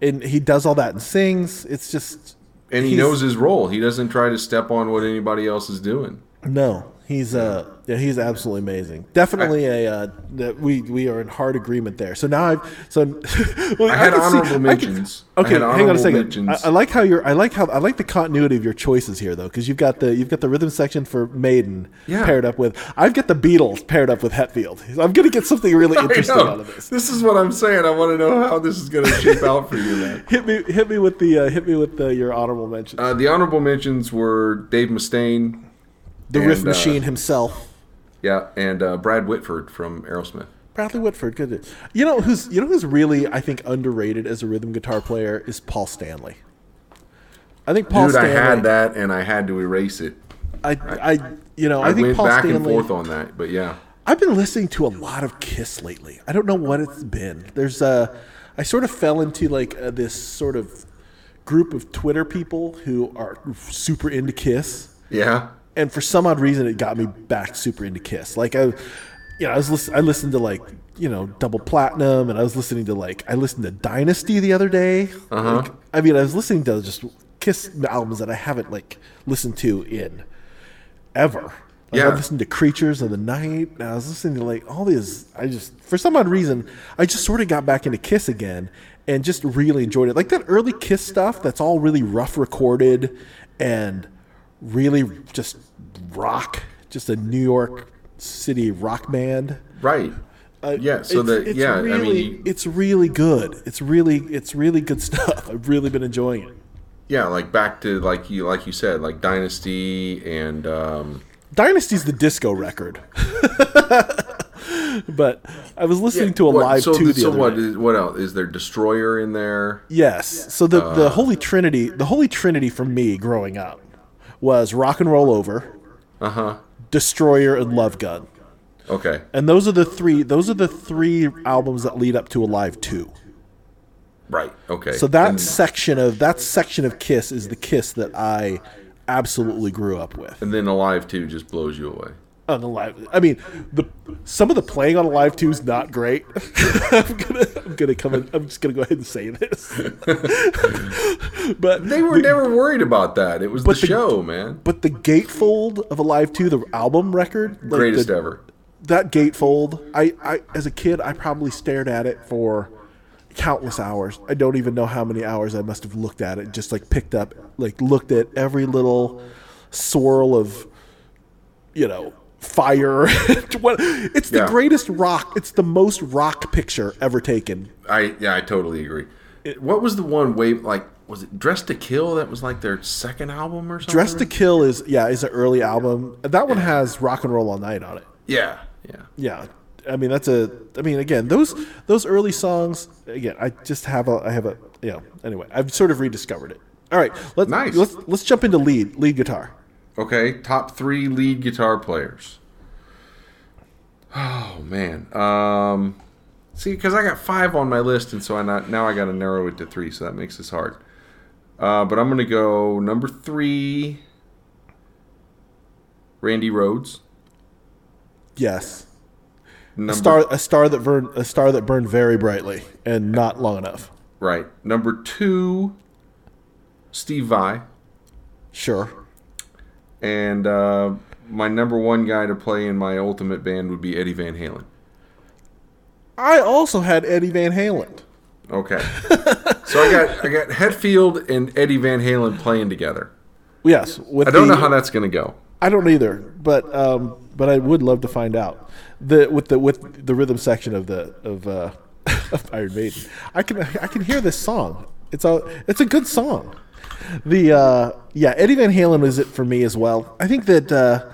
[SPEAKER 1] and he does all that and sings. It's just
[SPEAKER 2] And he
[SPEAKER 1] he's-
[SPEAKER 2] knows his role. He doesn't try to step on what anybody else is doing.
[SPEAKER 1] No, he's uh yeah, he's absolutely amazing. Definitely a uh, that we we are in hard agreement there. So now I've so [LAUGHS] well,
[SPEAKER 2] I
[SPEAKER 1] can
[SPEAKER 2] had
[SPEAKER 1] see-
[SPEAKER 2] honorable
[SPEAKER 1] I can-
[SPEAKER 2] mentions. I
[SPEAKER 1] okay,
[SPEAKER 2] had
[SPEAKER 1] hang on a
[SPEAKER 2] honorable
[SPEAKER 1] second. I,
[SPEAKER 2] mentions.
[SPEAKER 1] I like how you're. I like how I like the continuity of your choices here though, because you've got the you've got the rhythm section for Maiden
[SPEAKER 2] Yeah.
[SPEAKER 1] paired up with. I've got the Beatles paired up with Hetfield. I'm gonna get something really
[SPEAKER 2] [LAUGHS] I
[SPEAKER 1] interesting
[SPEAKER 2] know.
[SPEAKER 1] out of this.
[SPEAKER 2] is what I'm saying. I want to know how this is going to shape out for you, man.
[SPEAKER 1] Hit me, hit me with the uh, hit me with the, your honorable mentions.
[SPEAKER 2] Uh, the honorable mentions were Dave Mustaine.
[SPEAKER 1] the
[SPEAKER 2] and,
[SPEAKER 1] riff
[SPEAKER 2] uh,
[SPEAKER 1] machine himself.
[SPEAKER 2] yeah, and uh, Brad Whitford from Aerosmith.
[SPEAKER 1] Bradley Whitford, good. dude. You know who's you know who's really I think underrated as a rhythm guitar player is Paul Stanley. I think Paul
[SPEAKER 2] Dude, I
[SPEAKER 1] Stanley.
[SPEAKER 2] had that and I had to erase it.
[SPEAKER 1] I, I you know I,
[SPEAKER 2] I,
[SPEAKER 1] think
[SPEAKER 2] went
[SPEAKER 1] Paul
[SPEAKER 2] back
[SPEAKER 1] Stanley.
[SPEAKER 2] and forth on that, but yeah.
[SPEAKER 1] I've been listening to a lot of Kiss lately. I don't know what it's been. There's a, I sort of fell into like uh this sort of group of Twitter people who are super into Kiss.
[SPEAKER 2] Yeah.
[SPEAKER 1] and for some odd reason it got me back super into kiss like i you know i was listen, i listened to like you know double platinum and i was listening to like i listened to dynasty the other day like, i mean i was listening to just kiss albums that i haven't like listened to in ever like,
[SPEAKER 2] Yeah.
[SPEAKER 1] i listened to creatures of the night and i was listening to like all these i just for some odd reason i just sort of got back into kiss again and just really enjoyed it like that early kiss stuff that's all really rough recorded and really just rock, just a New York City rock band.
[SPEAKER 2] Right.
[SPEAKER 1] Uh,
[SPEAKER 2] yeah. So
[SPEAKER 1] it's-
[SPEAKER 2] the
[SPEAKER 1] it's
[SPEAKER 2] yeah.
[SPEAKER 1] really,
[SPEAKER 2] I mean, you-
[SPEAKER 1] it's really good. It's really it's really good [LAUGHS] stuff. I've really been enjoying it.
[SPEAKER 2] yeah. Like back to like you like you said like Dynasty and um,
[SPEAKER 1] Dynasty's the disco record. [LAUGHS] but I was listening to a
[SPEAKER 2] what-
[SPEAKER 1] live
[SPEAKER 2] so,
[SPEAKER 1] two the
[SPEAKER 2] so
[SPEAKER 1] other
[SPEAKER 2] what
[SPEAKER 1] day.
[SPEAKER 2] is- what else is there? Destroyer in there.
[SPEAKER 1] Yes. So the,
[SPEAKER 2] Uh.
[SPEAKER 1] the Holy Trinity, the Holy Trinity for me growing up was Rock and Roll Over,
[SPEAKER 2] Uh huh.
[SPEAKER 1] Destroyer and Love Gun.
[SPEAKER 2] Okay.
[SPEAKER 1] And those are the three those are the three albums that lead up to Alive 2.
[SPEAKER 2] Right. Okay.
[SPEAKER 1] So that
[SPEAKER 2] And-
[SPEAKER 1] section of that section of Kiss is the Kiss that I absolutely grew up with.
[SPEAKER 2] and then Alive Two just blows you away.
[SPEAKER 1] on the live. I mean, the some of the playing on a live two is not great. [LAUGHS] I'm gonna, I'm gonna come. In, I'm just gonna go ahead and say this. [LAUGHS] but
[SPEAKER 2] They were never worried about that. It was the,
[SPEAKER 1] the-
[SPEAKER 2] show, man.
[SPEAKER 1] but the gatefold of a live two, the album record, like
[SPEAKER 2] Greatest
[SPEAKER 1] the-
[SPEAKER 2] ever.
[SPEAKER 1] That gatefold, I, I as a kid, I probably stared at it for countless hours. I don't even know how many hours I must have looked at it. Just like picked up, like looked at every little swirl of, you know, fire. [LAUGHS] What- it's the
[SPEAKER 2] Yeah.
[SPEAKER 1] greatest rock. It's the most rock picture ever taken.
[SPEAKER 2] I yeah, I totally agree. what was the one wave like? Was it Dressed to Kill? That was like their second album or something.
[SPEAKER 1] Dress to Kill is yeah is an early album. That one has Rock and Roll All Night on it.
[SPEAKER 2] Yeah, yeah.
[SPEAKER 1] yeah i mean that's a i mean again those those early songs again i just have a i have a you know anyway i've sort of rediscovered it all right let's
[SPEAKER 2] Nice.
[SPEAKER 1] let's let's jump into lead lead guitar
[SPEAKER 2] Okay, top three lead guitar players. Oh man. Um, see, because I got five on my list, and so I not, now I got to narrow it to three, so that makes this hard. Uh, but I'm gonna go number three. Randy Rhodes.
[SPEAKER 1] yes
[SPEAKER 2] Number,
[SPEAKER 1] a star a star that burned a star that burned very brightly and not long enough
[SPEAKER 2] Right. Number two. Steve Vai.
[SPEAKER 1] sure
[SPEAKER 2] And uh, my number one guy to play in my ultimate band would be Eddie Van Halen.
[SPEAKER 1] i also had eddie van halen
[SPEAKER 2] Okay. so I got I got Hetfield and Eddie Van Halen playing together.
[SPEAKER 1] yes with
[SPEAKER 2] I don't
[SPEAKER 1] the,
[SPEAKER 2] know how that's gonna go.
[SPEAKER 1] I don't either, but um, but I would love to find out the with the with the rhythm section of the of, uh, [LAUGHS] of Iron Maiden. I can I can hear this song. It's a it's a good song. The uh, yeah Eddie Van Halen is it for me as well. I think that uh,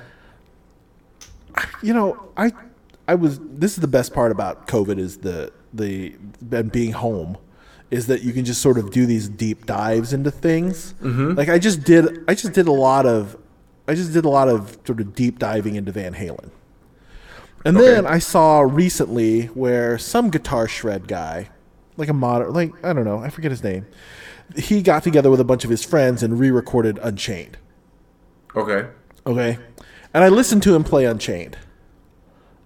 [SPEAKER 1] you know I I was this is the best part about COVID is the the and being home is that you can just sort of do these deep dives into things. Like I just did I just did a lot of I just did a lot of sort of deep diving into Van Halen. And then I saw recently where some guitar shred guy, like a modern, like I don't know, I forget his name, he got together with a bunch of his friends and re-recorded Unchained.
[SPEAKER 2] Okay.
[SPEAKER 1] Okay, and I listened to him play Unchained,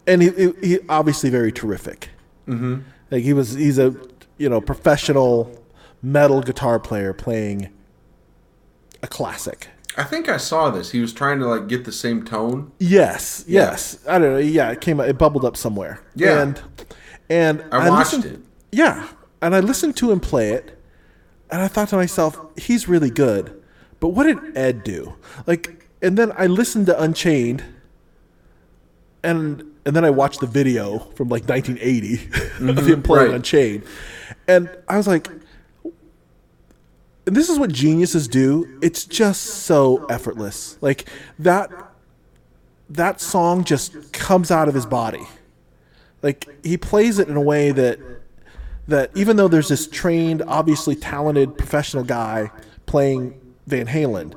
[SPEAKER 1] and he, he, he obviously very terrific. Mm-hmm. Like he was, he's a you know professional metal guitar player playing a classic.
[SPEAKER 2] I think I saw this. He was trying to like get the same tone. [LAUGHS]
[SPEAKER 1] Yes, yes. I don't know. Yeah, it came. It bubbled up somewhere.
[SPEAKER 2] Yeah.
[SPEAKER 1] and and
[SPEAKER 2] I watched
[SPEAKER 1] listened-
[SPEAKER 2] it.
[SPEAKER 1] Yeah, and I listened to him play it, and I thought to myself, he's really good. But what did Ed do? Like, and then I listened to Unchained, and and then I watched the video from like 1980 [LAUGHS] of him playing
[SPEAKER 2] right.
[SPEAKER 1] Unchained, and I was like. And this is what geniuses do. It's just so effortless. Like that that song just comes out of his body. Like he plays it in a way that that even though there's this trained, obviously talented professional guy playing Van Halen,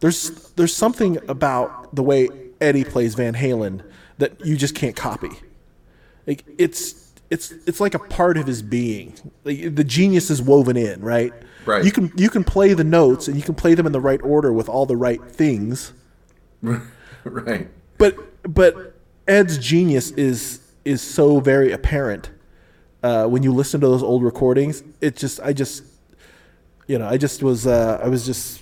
[SPEAKER 1] there's there's something about the way Eddie plays Van Halen that you just can't copy. Like it's it's it's like a part of his being. Like the genius is woven in, right?
[SPEAKER 2] Right.
[SPEAKER 1] You can you can play the notes and you can play them in the right order with all the right things
[SPEAKER 2] right.
[SPEAKER 1] but but Ed's genius is is so very apparent uh, when you listen to those old recordings. It just I just you know I just was uh, I was just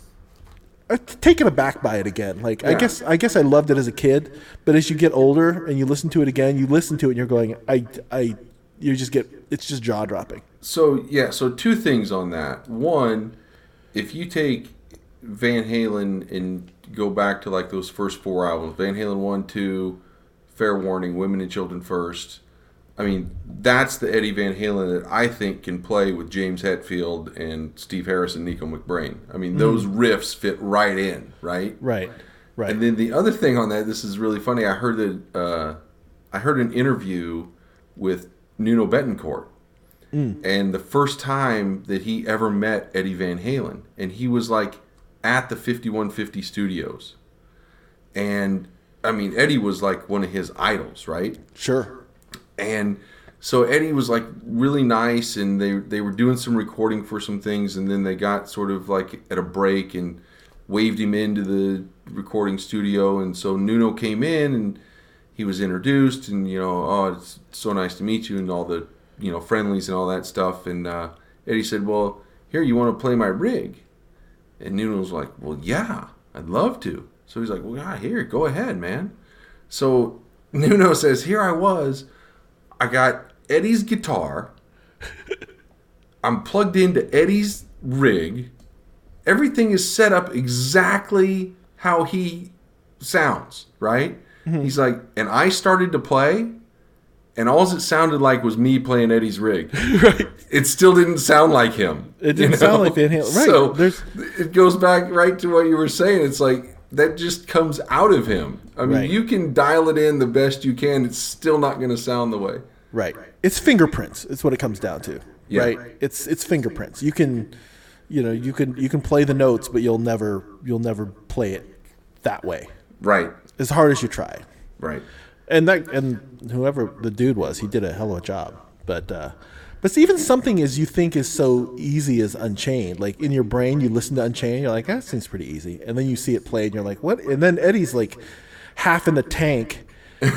[SPEAKER 1] uh, t- taken aback by it again. Like I
[SPEAKER 2] Yeah.
[SPEAKER 1] guess I guess I loved it as a kid, but as you get older and you listen to it again, you listen to it and you're going I I you just get it's just jaw dropping.
[SPEAKER 2] So yeah, so two things on that. One, if you take Van Halen and go back to like those first four albums, Van Halen one, two, Fair Warning, Women and Children First. I mean, that's the Eddie Van Halen that I think can play with James Hetfield and Steve Harris and Nico McBrain. I mean, those riffs fit right in, right?
[SPEAKER 1] Right. Right.
[SPEAKER 2] And then the other thing on that, this is really funny. I heard that uh, I heard an interview with Nuno Betancourt, and the first time that he ever met Eddie Van Halen, and he was like at the 5150 Studios, and I mean Eddie was like one of his idols, right?
[SPEAKER 1] sure.
[SPEAKER 2] and so Eddie was like really nice, and they they were doing some recording for some things, and then they got sort of like at a break and waved him into the recording studio, and so Nuno came in and he was introduced and you know oh it's so nice to meet you and all the you know friendlies and all that stuff and uh, Eddie said well here you want to play my rig and Noodle was like well yeah I'd love to so he's like well yeah here go ahead man so Nuno [LAUGHS] says here I was I got Eddie's guitar I'm plugged into Eddie's rig everything is set up exactly how he sounds right
[SPEAKER 1] Mm-hmm.
[SPEAKER 2] He's like, and I started to play, and all it sounded like was me playing Eddie's rig.
[SPEAKER 1] [LAUGHS] Right.
[SPEAKER 2] It still didn't sound like him.
[SPEAKER 1] It didn't sound like Van Halen. Right.
[SPEAKER 2] [LAUGHS] So
[SPEAKER 1] There's-
[SPEAKER 2] it goes back right to what you were saying. It's like that just comes out of him. I mean,
[SPEAKER 1] Right.
[SPEAKER 2] you can dial it in the best you can. It's still not going to sound the way.
[SPEAKER 1] Right. It's fingerprints. It's what it comes down to.
[SPEAKER 2] Yeah.
[SPEAKER 1] Right. It's it's fingerprints. You can, you know, you can you can play the notes, but you'll never you'll never play it that way.
[SPEAKER 2] Right.
[SPEAKER 1] As hard as you try.
[SPEAKER 2] Right.
[SPEAKER 1] And that and whoever the dude was, he did a hell of a job. But uh but even something as you think is so easy as Unchained, like in your brain you listen to Unchained, you're like, that seems pretty easy. And then you see it played and you're like, what? And then Eddie's like half in the tank,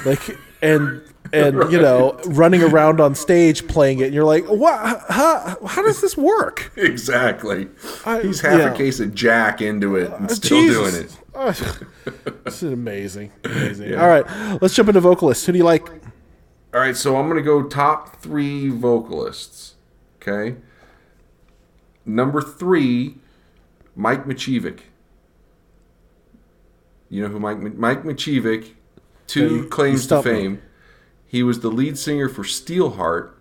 [SPEAKER 1] like [LAUGHS] and [LAUGHS] and you know running around on stage playing it and you're like what how, how does this work
[SPEAKER 2] Exactly.
[SPEAKER 1] I-
[SPEAKER 2] He's half
[SPEAKER 1] yeah. Uh,
[SPEAKER 2] a case of Jack into it and still
[SPEAKER 1] Jesus.
[SPEAKER 2] doing it.
[SPEAKER 1] Ugh. this is amazing amazing all right let's jump into vocalists who do you like
[SPEAKER 2] All right, so I'm going to go top three vocalists. Okay. Number three, Mike Machievik. You know who Mike Mike Machievik? Two
[SPEAKER 1] you
[SPEAKER 2] claims to
[SPEAKER 1] stumped me.
[SPEAKER 2] fame. He was the lead singer for Steelheart,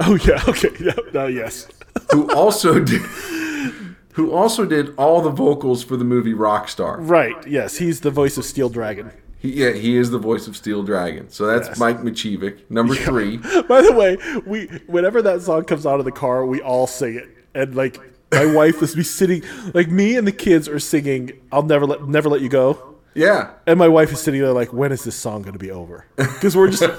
[SPEAKER 1] oh yeah [LAUGHS] okay yeah, no, yes
[SPEAKER 2] who also [LAUGHS] did who also did all the vocals for the movie Rockstar.
[SPEAKER 1] Right. Yes, he's the voice of Steel Dragon. [LAUGHS]
[SPEAKER 2] He, yeah, he is the voice of Steel Dragon. So that's Mike Machievik.
[SPEAKER 1] [LAUGHS]
[SPEAKER 2] Number three.
[SPEAKER 1] By the way, we whenever that song comes out of the car, we all sing it, and like my wife was be sitting, like me and the kids are singing "I'll never let never let you go,"
[SPEAKER 2] Yeah.
[SPEAKER 1] and my wife is sitting there like, "When is this song going to be over?" Because we're
[SPEAKER 2] [LAUGHS]
[SPEAKER 1] just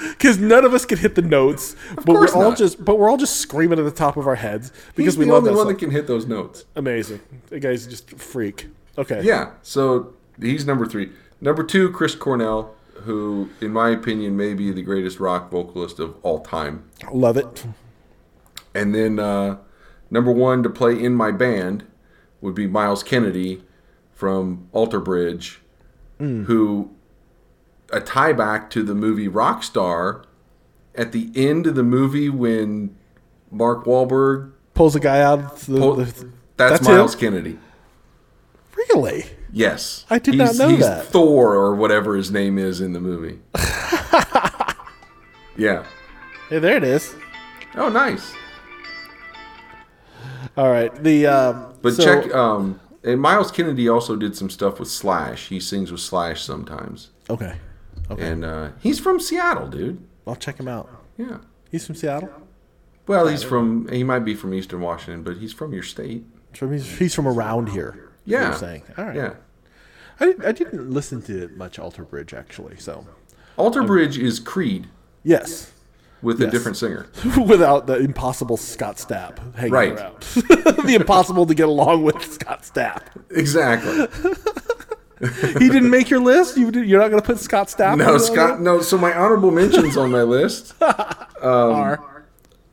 [SPEAKER 1] because none of us can hit the notes, but we're
[SPEAKER 2] course
[SPEAKER 1] all
[SPEAKER 2] not.
[SPEAKER 1] just but we're all just screaming at the top of our heads because
[SPEAKER 2] He's
[SPEAKER 1] we
[SPEAKER 2] the
[SPEAKER 1] love
[SPEAKER 2] only
[SPEAKER 1] that
[SPEAKER 2] one
[SPEAKER 1] song.
[SPEAKER 2] that can hit those notes.
[SPEAKER 1] Amazing, the guy's just a freak. Okay.
[SPEAKER 2] Yeah, so he's number three. Number two, Chris Cornell, who, in my opinion, may be the greatest rock vocalist of all time.
[SPEAKER 1] Love it.
[SPEAKER 2] And then uh, number one to play in my band would be Miles Kennedy from Alter Bridge, who a tie back to the movie Rockstar. At the end of the movie, when Mark Wahlberg, oh,
[SPEAKER 1] Pulls a guy out. Of the,
[SPEAKER 2] that's,
[SPEAKER 1] the, that's him?
[SPEAKER 2] Miles Kennedy.
[SPEAKER 1] really.
[SPEAKER 2] Yes,
[SPEAKER 1] I did not know that.
[SPEAKER 2] Thor or whatever his name is in
[SPEAKER 1] [LAUGHS]
[SPEAKER 2] the movie. yeah.
[SPEAKER 1] Hey, there it is.
[SPEAKER 2] Oh, nice.
[SPEAKER 1] All right. The um,
[SPEAKER 2] But
[SPEAKER 1] so-
[SPEAKER 2] check. Um, and Miles Kennedy also did some stuff with Slash. He sings with Slash sometimes,
[SPEAKER 1] Okay, okay.
[SPEAKER 2] and uh, he's from Seattle, dude.
[SPEAKER 1] I'll check him out.
[SPEAKER 2] Yeah.
[SPEAKER 1] He's from Seattle.
[SPEAKER 2] Well, he's from. He might be from Eastern Washington, but he's from your state.
[SPEAKER 1] So he's, he's from around here. is what
[SPEAKER 2] Yeah.
[SPEAKER 1] You're saying. All right.
[SPEAKER 2] Yeah.
[SPEAKER 1] I, didn't, I didn't listen to much Alter Bridge actually. So
[SPEAKER 2] Alter Bridge is Creed
[SPEAKER 1] yes, [LAUGHS]
[SPEAKER 2] with
[SPEAKER 1] Yes.
[SPEAKER 2] a different singer.
[SPEAKER 1] without the impossible Scott Stapp hanging
[SPEAKER 2] Right.
[SPEAKER 1] around, [LAUGHS] the impossible to get along with Scott Stapp. [LAUGHS]
[SPEAKER 2] Exactly.
[SPEAKER 1] He didn't make your list. You did, you're not going to put Scott Stapp. on
[SPEAKER 2] No,
[SPEAKER 1] the-
[SPEAKER 2] Scott. No. So my honorable mentions on my list.
[SPEAKER 1] [LAUGHS]
[SPEAKER 2] um,
[SPEAKER 1] Are.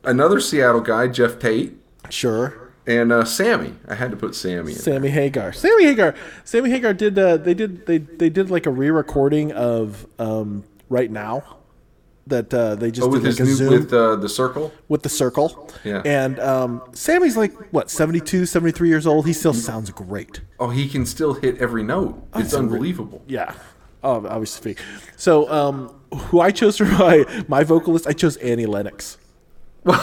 [SPEAKER 2] Another Seattle guy, Jeff Tate.
[SPEAKER 1] Sure.
[SPEAKER 2] and uh, Sammy. I had to put Sammy in.
[SPEAKER 1] Sammy Hagar. Sammy Hagar. Sammy Hagar did. Uh, they did. They they did like a re-recording of um, right now. That uh, they just
[SPEAKER 2] Oh, with
[SPEAKER 1] did
[SPEAKER 2] his
[SPEAKER 1] like a
[SPEAKER 2] new
[SPEAKER 1] Zoom
[SPEAKER 2] with uh, the circle.
[SPEAKER 1] with the circle.
[SPEAKER 2] Yeah.
[SPEAKER 1] And um, Sammy's like, what, 72, 73 years old? He still sounds great.
[SPEAKER 2] Oh, he can still hit every note. It's unbelievable.
[SPEAKER 1] Yeah. Oh, obviously. So, um, who I chose for my, my vocalist, I chose Annie
[SPEAKER 2] [LAUGHS]
[SPEAKER 1] Lennox from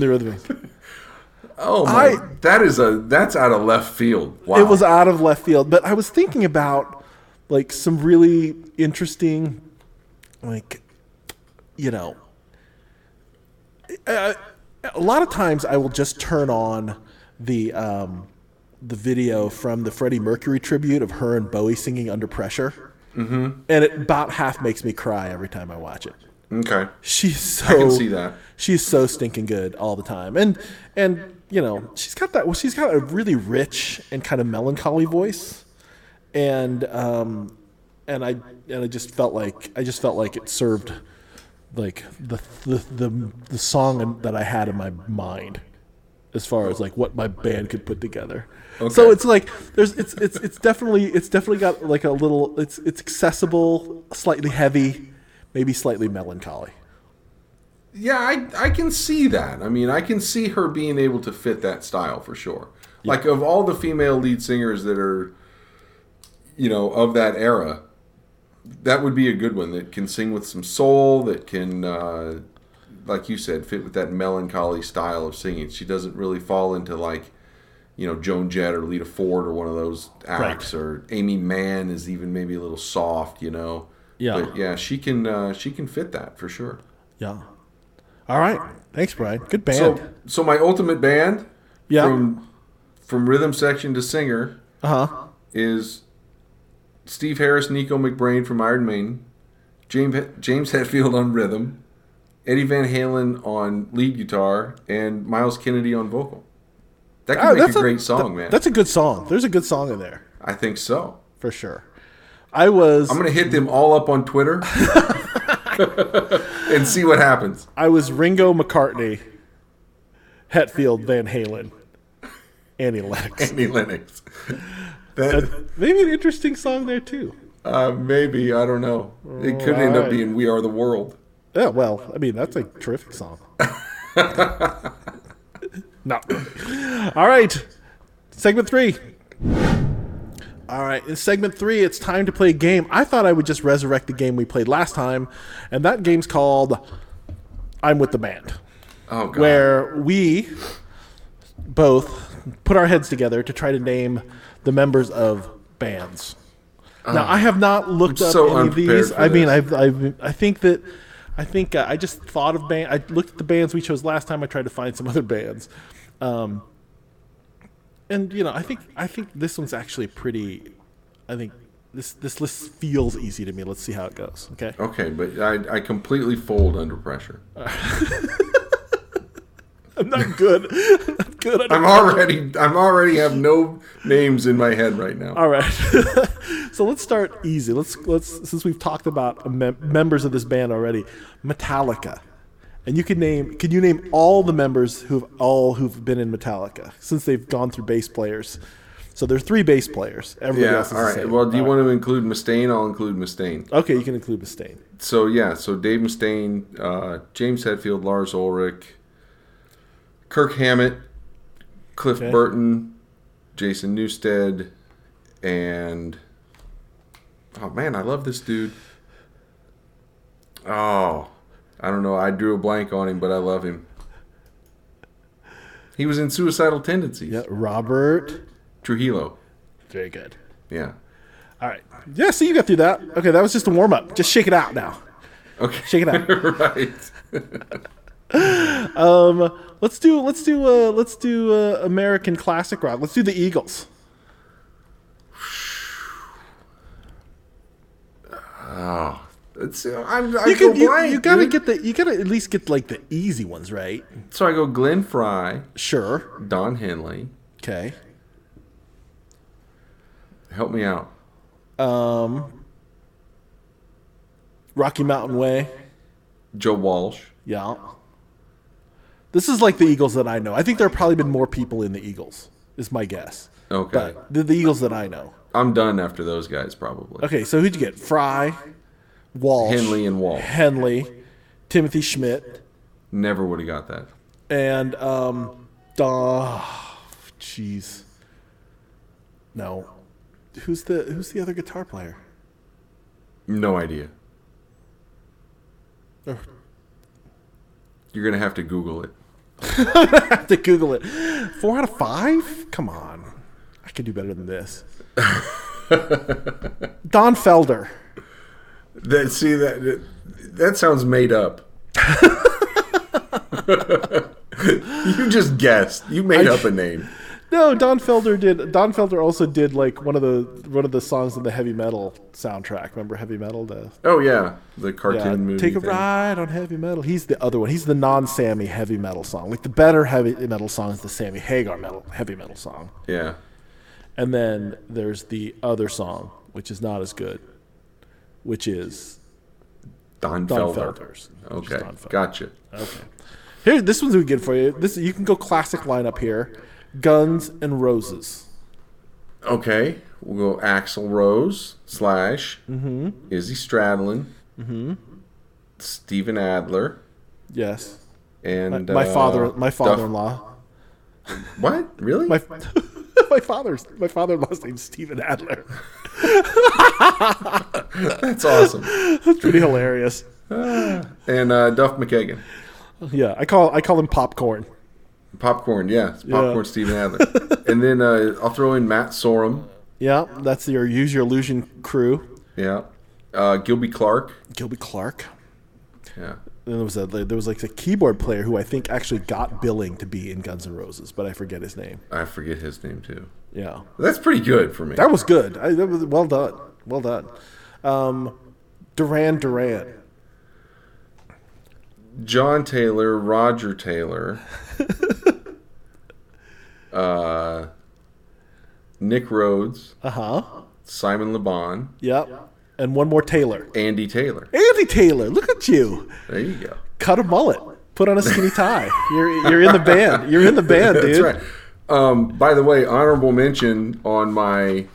[SPEAKER 1] the Rhythm. Inc.
[SPEAKER 2] Oh my!
[SPEAKER 1] I-
[SPEAKER 2] that is a that's out of left field. Wow.
[SPEAKER 1] It was out of left field, but I was thinking about like some really interesting, like, you know, a lot of times I will just turn on the um, the video from the Freddie Mercury tribute of her and Bowie singing "Under Pressure," mm-hmm. and it about half makes me cry every time I watch it.
[SPEAKER 2] okay.
[SPEAKER 1] She's
[SPEAKER 2] [LAUGHS]
[SPEAKER 1] so
[SPEAKER 2] can see that.
[SPEAKER 1] she's so stinking good all the time, and and you know she's got that. Well, she's got a really rich and kind of melancholy voice, and um, and I and I just felt like I just felt like it served like the the the, the song that I had in my mind as far as like what my band could put together.
[SPEAKER 2] Okay.
[SPEAKER 1] So it's like there's it's it's it's definitely it's definitely got like a little it's it's accessible, slightly heavy, maybe slightly melancholy.
[SPEAKER 2] Yeah, I I can see that. I mean, I can see her being able to fit that style for sure. Like of all the female lead singers that are you know, of that era, that would be a good one that can sing with some soul, that can uh like you said, fit with that melancholy style of singing. She doesn't really fall into like you know Joan Jett or Lita Ford or one of those acts, or Amy Mann is even maybe a little soft, you know.
[SPEAKER 1] Yeah.
[SPEAKER 2] But yeah, she can uh, she can fit that for sure.
[SPEAKER 1] Yeah. All right. Thanks, Brian. Good band.
[SPEAKER 2] So, so my ultimate band
[SPEAKER 1] yeah.
[SPEAKER 2] from from rhythm section to singer
[SPEAKER 1] uh huh.
[SPEAKER 2] is Steve Harris, Nico McBrain from Iron Maiden, James James Hetfield on rhythm, Eddie Van Halen on lead guitar, and Miles Kennedy on vocal. That could make a great song, man.
[SPEAKER 1] Ah, That's Oh, a good song. There's a good song in there
[SPEAKER 2] I think so.
[SPEAKER 1] for sure. I was
[SPEAKER 2] I'm gonna hit them all up
[SPEAKER 1] [LAUGHS]
[SPEAKER 2] on Twitter and see what happens. [LAUGHS]
[SPEAKER 1] I was Ringo McCartney, Hetfield, Van Halen, Annie
[SPEAKER 2] [LAUGHS]
[SPEAKER 1] Lennox.
[SPEAKER 2] Andy Lennox. That,
[SPEAKER 1] Maybe an interesting song there too.
[SPEAKER 2] uh, maybe I don't know. It could end up
[SPEAKER 1] Alright.
[SPEAKER 2] being "We Are the World."
[SPEAKER 1] Yeah, well, I mean that's a terrific song. [LAUGHS] Not really. All right, segment three. All right, in segment three, it's time to play a game. I thought I would just resurrect the game we played last time, and that game's called "I'm with the Band."
[SPEAKER 2] Oh God.
[SPEAKER 1] where we both put our heads together to try to name the members of bands. now I have not looked up
[SPEAKER 2] Ah. so
[SPEAKER 1] any of
[SPEAKER 2] unprepared
[SPEAKER 1] these.
[SPEAKER 2] for
[SPEAKER 1] I mean,
[SPEAKER 2] this.
[SPEAKER 1] I've, I've I think that I think uh, I just thought of band. I looked at the bands we chose last time. I tried to find some [LAUGHS] other bands, um, and you know, I think I think this one's actually pretty. I think this this list feels easy to me. Let's see how it goes. Okay.
[SPEAKER 2] Okay, but I, I completely fold under pressure.
[SPEAKER 1] I'm not good. [LAUGHS] I'm not good. I don't
[SPEAKER 2] I'm already I'm already have no names in my head right now.
[SPEAKER 1] All right. [LAUGHS] so let's start easy. Let's let's since we've talked about mem- members of this band already, Metallica. And you can name can you name all the members who've all who've been in Metallica since they've gone through bass players. So there's three bass players. Everybody
[SPEAKER 2] Yeah,
[SPEAKER 1] else is
[SPEAKER 2] all
[SPEAKER 1] the
[SPEAKER 2] right.
[SPEAKER 1] same.
[SPEAKER 2] Well, do you
[SPEAKER 1] All
[SPEAKER 2] want to include Mustaine? I'll include Mustaine.
[SPEAKER 1] right. Okay, you can include Mustaine.
[SPEAKER 2] So yeah, so Dave Mustaine, uh, James Hetfield, Lars Ulrich, Kirk Hammett, Cliff
[SPEAKER 1] Okay.
[SPEAKER 2] Burton, Jason Newstead, and oh man, I love this dude. Oh, I don't know. I drew a blank on him, but I love him. He was in Suicidal Tendencies.
[SPEAKER 1] Yeah, Robert.
[SPEAKER 2] Trujillo.
[SPEAKER 1] Very good.
[SPEAKER 2] Yeah.
[SPEAKER 1] All right. Yeah, so you got through that. Okay, that was just a warm up. Just shake it out now.
[SPEAKER 2] Okay.
[SPEAKER 1] Shake it out.
[SPEAKER 2] [LAUGHS]
[SPEAKER 1] [LAUGHS]
[SPEAKER 2] right.
[SPEAKER 1] Um, let's do let's do uh, let's do uh, American classic rock. Let's do the Eagles.
[SPEAKER 2] Oh, It's, I'm, I
[SPEAKER 1] you
[SPEAKER 2] go
[SPEAKER 1] can you,
[SPEAKER 2] blank.
[SPEAKER 1] you gotta
[SPEAKER 2] dude.
[SPEAKER 1] get the you gotta at least get like the easy ones right
[SPEAKER 2] So I go Glenn Fry,
[SPEAKER 1] sure
[SPEAKER 2] Don Henley.
[SPEAKER 1] okay
[SPEAKER 2] Help me out.
[SPEAKER 1] um rocky mountain way
[SPEAKER 2] Joe Walsh.
[SPEAKER 1] yeah this is like the eagles that i know i think there have probably been more people in the eagles is my guess
[SPEAKER 2] Okay.
[SPEAKER 1] but the, the eagles that i know
[SPEAKER 2] I'm done after those guys, probably.
[SPEAKER 1] okay so who'd you get fry walsh
[SPEAKER 2] Henley and Walsh.
[SPEAKER 1] henley timothy schmidt
[SPEAKER 2] Never would have got that.
[SPEAKER 1] and um Don jeez. No. Who's the who's the other guitar player?
[SPEAKER 2] No idea.
[SPEAKER 1] Or-
[SPEAKER 2] You're going to have to Google it.
[SPEAKER 1] I have to Google it. Four out of five? Come on. I could do better than this. Don Felder.
[SPEAKER 2] That See, that that sounds made up. [LAUGHS] you just guessed. You made up a name.
[SPEAKER 1] No, Don Felder did. Don Felder also did like one of the one of the songs in the heavy metal soundtrack. Remember heavy metal? The
[SPEAKER 2] Oh, yeah. The cartoon
[SPEAKER 1] Yeah,
[SPEAKER 2] movie.
[SPEAKER 1] take a
[SPEAKER 2] thing.
[SPEAKER 1] ride on heavy metal. He's the other one. He's the non-Sammy heavy metal song. Like the better heavy metal song is the Sammy Hagar metal heavy metal song.
[SPEAKER 2] Yeah.
[SPEAKER 1] And then there's the other song, which is not as good. which is
[SPEAKER 2] Don,
[SPEAKER 1] Don
[SPEAKER 2] Felder.
[SPEAKER 1] Felder's. which is
[SPEAKER 2] Okay,
[SPEAKER 1] Don Felder.
[SPEAKER 2] gotcha.
[SPEAKER 1] Okay. Here, this one's good for you. This you can go classic lineup here: Guns and Roses.
[SPEAKER 2] Okay, we'll go Axl Rose slash
[SPEAKER 1] Mm-hmm.
[SPEAKER 2] Izzy Stradlin, Steven Adler,
[SPEAKER 1] Yes,
[SPEAKER 2] and
[SPEAKER 1] my
[SPEAKER 2] uh,
[SPEAKER 1] father, my
[SPEAKER 2] Duff-
[SPEAKER 1] father-in-law,
[SPEAKER 2] What really?
[SPEAKER 1] my [LAUGHS] my father's my father-in-law's name's Stephen Adler. [LAUGHS]
[SPEAKER 2] That's awesome.
[SPEAKER 1] That's pretty hilarious.
[SPEAKER 2] And uh, Duff McKagan,
[SPEAKER 1] Yeah, I call I call him popcorn.
[SPEAKER 2] popcorn. Yeah, it's popcorn.
[SPEAKER 1] [LAUGHS]
[SPEAKER 2] Steven Adler, and then uh, I'll throw in Matt Sorum.
[SPEAKER 1] Yeah, that's your use your illusion crew.
[SPEAKER 2] Yeah, uh, Gilby Clark.
[SPEAKER 1] Gilby Clark.
[SPEAKER 2] Yeah.
[SPEAKER 1] And there was a there was like a keyboard player who I think actually got billing to be in Guns N' Roses, but I forget his name.
[SPEAKER 2] I forget his name too.
[SPEAKER 1] Yeah,
[SPEAKER 2] That's pretty good for me.
[SPEAKER 1] that was good. I, that was well done. Well done. Um, Duran Duran.
[SPEAKER 2] John Taylor, Roger
[SPEAKER 1] [LAUGHS]
[SPEAKER 2] Taylor, uh, Nick Rhodes,
[SPEAKER 1] Uh huh.
[SPEAKER 2] Simon LeBon,
[SPEAKER 1] Yep. And one more Taylor.
[SPEAKER 2] Andy Taylor.
[SPEAKER 1] Andy Taylor, look at you.
[SPEAKER 2] There you go.
[SPEAKER 1] Cut a mullet. Put on a skinny
[SPEAKER 2] [LAUGHS]
[SPEAKER 1] tie. You're you're in the band. You're in the band, dude.
[SPEAKER 2] That's right. Um, by the way, honorable mention on my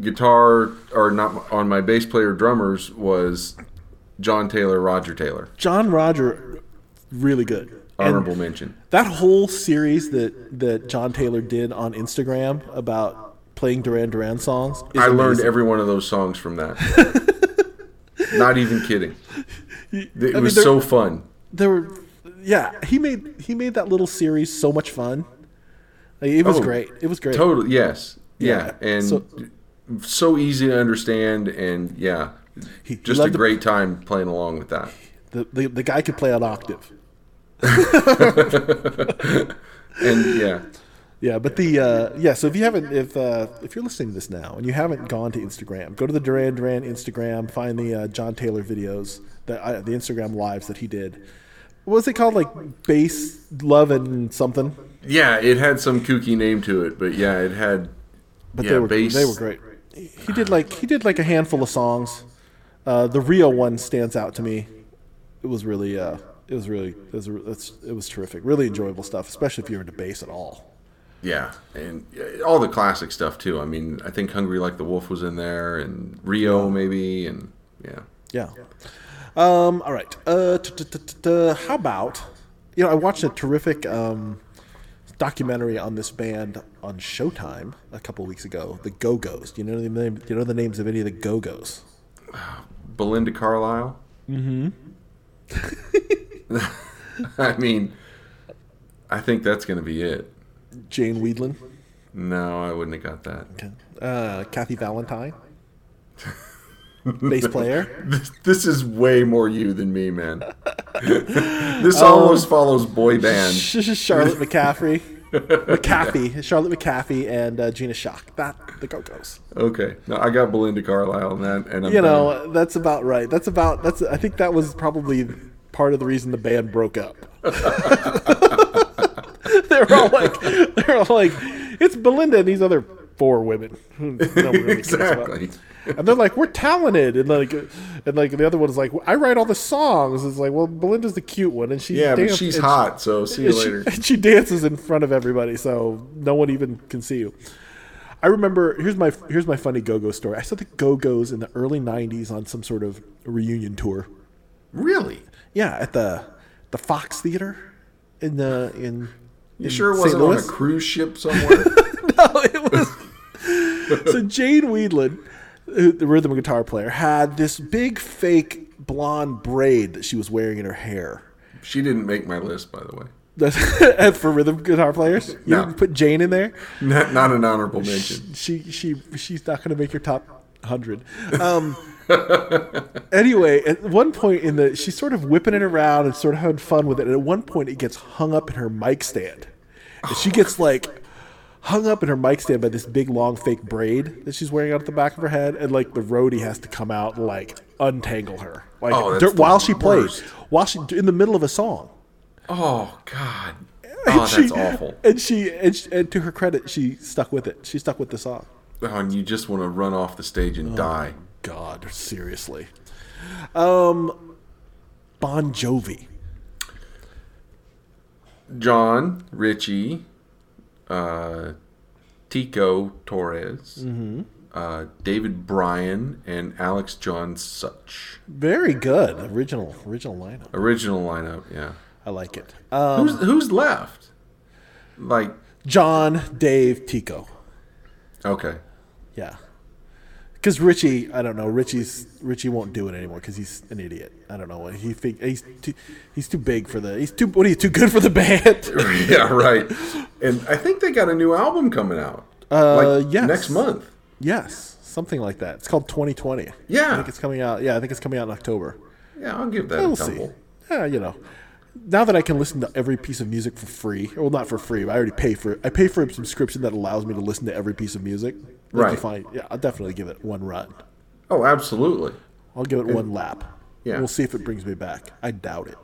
[SPEAKER 2] guitar or not on my bass player drummers was John Taylor, Roger Taylor.
[SPEAKER 1] John Roger, really good. And
[SPEAKER 2] Honorable mention.
[SPEAKER 1] that whole series that that John Taylor did on Instagram about playing Duran Duran songs. Is
[SPEAKER 2] I learned
[SPEAKER 1] amazing.
[SPEAKER 2] every one of those songs from that.
[SPEAKER 1] [LAUGHS]
[SPEAKER 2] Not even kidding. It
[SPEAKER 1] mean,
[SPEAKER 2] was
[SPEAKER 1] they're-
[SPEAKER 2] so fun.
[SPEAKER 1] there were, yeah. He made he made that little series so much fun. Like, it was
[SPEAKER 2] Oh,
[SPEAKER 1] great. It was great.
[SPEAKER 2] Totally. Yes. Yeah.
[SPEAKER 1] Yeah.
[SPEAKER 2] And
[SPEAKER 1] So-
[SPEAKER 2] so, easy to understand. And yeah,
[SPEAKER 1] He- he
[SPEAKER 2] just a
[SPEAKER 1] loved to-
[SPEAKER 2] great time playing along with that.
[SPEAKER 1] The, the the guy could play an octave.
[SPEAKER 2] And yeah,
[SPEAKER 1] Yeah, but the uh, yeah. So if you haven't, if uh, if you're listening to this now and you haven't gone to Instagram, go to the Duran Duran Instagram, find the uh, John Taylor videos, the uh, the Instagram lives that he did. What was it called? Like bass love and something.
[SPEAKER 2] yeah, it had some kooky name to it, but yeah, it had.
[SPEAKER 1] But
[SPEAKER 2] yeah,
[SPEAKER 1] they were
[SPEAKER 2] bass.
[SPEAKER 1] they were great. He did like he did like a handful of songs. Uh, the real one stands out to me. It was really uh, it was really it was, it's- it was terrific. Really enjoyable stuff, especially if you're into bass at all.
[SPEAKER 2] Yeah, and uh, all the classic stuff too. I mean, I think "Hungry Like the Wolf" was in there, and Rio maybe, and yeah.
[SPEAKER 1] Yeah. Um, all right. Uh, t- t- t- t- t- how about you know I watched a terrific um, documentary on this band on Showtime a couple weeks ago. The Go Go's. Do you know the name? Do you know the names of any of the Go Go's?
[SPEAKER 2] Belinda Carlisle. Mm-hmm. [LAUGHS] I mean, I think that's gonna be it.
[SPEAKER 1] Jane Weedlin,
[SPEAKER 2] No, I wouldn't have got that.
[SPEAKER 1] uh, Kathy Valentine, bass player.
[SPEAKER 2] This, this is way more you than me, man.
[SPEAKER 1] [LAUGHS]
[SPEAKER 2] this almost follows boy band.
[SPEAKER 1] Um, Sh- sh- [LAUGHS] Charlotte McCaffrey, McCaffey, Charlotte McCaffey, and uh, Gina Shock. That the Go Go's.
[SPEAKER 2] Okay, no, I got Belinda Carlisle and that, and I'm
[SPEAKER 1] you
[SPEAKER 2] done.
[SPEAKER 1] know that's about right that's about that's i think that was probably part of the reason the band broke up [LAUGHS] they were all like they were all like it's belinda and these other four women [LAUGHS] who no one really cares about.
[SPEAKER 2] exactly.
[SPEAKER 1] and they're like we're talented and like and like the other one is like i write all the songs it's like well belinda's the cute one and she
[SPEAKER 2] Yeah, but
[SPEAKER 1] danced-
[SPEAKER 2] she's
[SPEAKER 1] and she-
[SPEAKER 2] hot, so see you
[SPEAKER 1] and she-
[SPEAKER 2] later.
[SPEAKER 1] [LAUGHS] and she dances in front of everybody, so no one even can see you. I remember here's my here's my funny Go Go story. I saw the Go Go's in the early '90s on some sort of reunion tour.
[SPEAKER 2] Really?
[SPEAKER 1] Yeah, at the the Fox Theater in the in.
[SPEAKER 2] You
[SPEAKER 1] in
[SPEAKER 2] sure it
[SPEAKER 1] St.
[SPEAKER 2] wasn't on a
[SPEAKER 1] Louis?
[SPEAKER 2] cruise
[SPEAKER 1] [LAUGHS]
[SPEAKER 2] ship somewhere?
[SPEAKER 1] no, [LAUGHS] it was. so Jane Weedlin, who- the rhythm guitar player, had this big fake blonde braid that she was wearing in her hair. [LAUGHS]
[SPEAKER 2] she didn't make my list, by the way.
[SPEAKER 1] That's for rhythm guitar players. You
[SPEAKER 2] No.
[SPEAKER 1] didn't put Jane in there.
[SPEAKER 2] Not, not an honorable mention.
[SPEAKER 1] she she she's not going to make your top 100 um [LAUGHS] anyway at one point in the she's sort of whipping it around and sort of having fun with it and at one point it gets hung up in her mic stand and she gets like hung up in her mic stand by this big long fake braid that she's wearing out at the back of her head and like the roadie has to come out and like untangle her like
[SPEAKER 2] Oh, that's
[SPEAKER 1] dur-
[SPEAKER 2] the
[SPEAKER 1] while she plays
[SPEAKER 2] worst.
[SPEAKER 1] while she in the middle of a song
[SPEAKER 2] Oh
[SPEAKER 1] [LAUGHS]
[SPEAKER 2] God. Oh,
[SPEAKER 1] she,
[SPEAKER 2] that's awful.
[SPEAKER 1] and she and, she, and to her credit she stuck with it she stuck with the song
[SPEAKER 2] Oh, and you just want to run off the stage and die.
[SPEAKER 1] God, seriously. Um, bon Jovi.
[SPEAKER 2] John Richie, uh, Tico Torres,
[SPEAKER 1] Mm-hmm.
[SPEAKER 2] uh, David Bryan, and Alex John Such.
[SPEAKER 1] Very good. Original, original lineup.
[SPEAKER 2] Original lineup, yeah.
[SPEAKER 1] I like it. Um,
[SPEAKER 2] who's who's left? Like,
[SPEAKER 1] John, Dave, Tico.
[SPEAKER 2] okay, [LAUGHS]
[SPEAKER 1] Yeah. Because Richie, I don't know. Richie's Richie won't do it anymore because he's an idiot. I don't know what he think. He's too, he's too big for the. He's too. What are you too good for the [LAUGHS] band?
[SPEAKER 2] yeah, right. And I think they got a new album coming out.
[SPEAKER 1] Uh, yes.
[SPEAKER 2] next month.
[SPEAKER 1] yes, something like that. It's called 2020. I
[SPEAKER 2] Yeah.
[SPEAKER 1] think it's coming out. Yeah, I think it's coming out in October.
[SPEAKER 2] Yeah, I'll give that
[SPEAKER 1] We'll
[SPEAKER 2] a couple.
[SPEAKER 1] see. Yeah, you know. Now that I can listen to every piece of music for free, well, not for free, but I already pay for it. I pay for a subscription that allows me to listen to every piece of music. That'd be
[SPEAKER 2] Right.
[SPEAKER 1] Fine. Yeah, I'll definitely give it one run.
[SPEAKER 2] Oh, absolutely.
[SPEAKER 1] I'll give it one lap.
[SPEAKER 2] Yeah.
[SPEAKER 1] We'll see if it brings me back. I doubt it.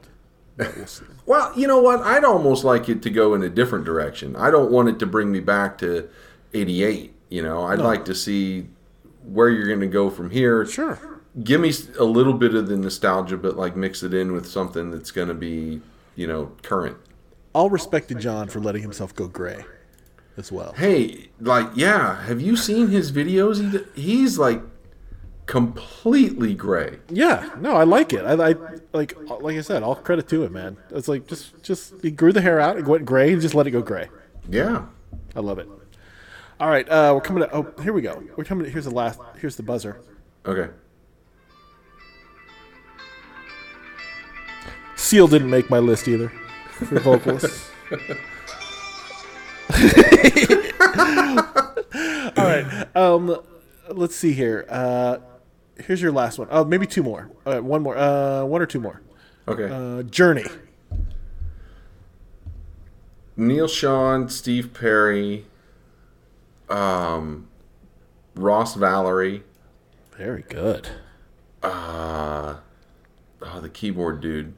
[SPEAKER 1] But we'll see.
[SPEAKER 2] Well, you know what? I'd almost like it to go in a different direction. I don't want it to bring me back to 88. You know, I'd like to see where you're going to go from here.
[SPEAKER 1] Sure.
[SPEAKER 2] Give me a little bit of the nostalgia, but like mix it in with something that's going to be, you know, current.
[SPEAKER 1] All respect to John for letting himself go gray as well.
[SPEAKER 2] Hey, like, yeah, have you seen his videos? He, d- he's like completely gray.
[SPEAKER 1] Yeah, no, I like it. I, I like like I said, all credit to him, man. It's like just just he grew the hair out, it went gray, and just let it go gray.
[SPEAKER 2] Yeah.
[SPEAKER 1] I love it. All right, uh, we're coming to. Oh, here we go. We're coming to. Here's the last. Here's the buzzer.
[SPEAKER 2] Okay.
[SPEAKER 1] Seal didn't make my list either for vocalists. [LAUGHS] All right. Um, let's see here. Uh, here's your last one. Oh, maybe two more. All right, one more. Uh, one or two more.
[SPEAKER 2] Okay.
[SPEAKER 1] Uh, Journey.
[SPEAKER 2] Neil Sean, Steve Perry, um, Ross Valerie,
[SPEAKER 1] Very good.
[SPEAKER 2] oh, the keyboard dude.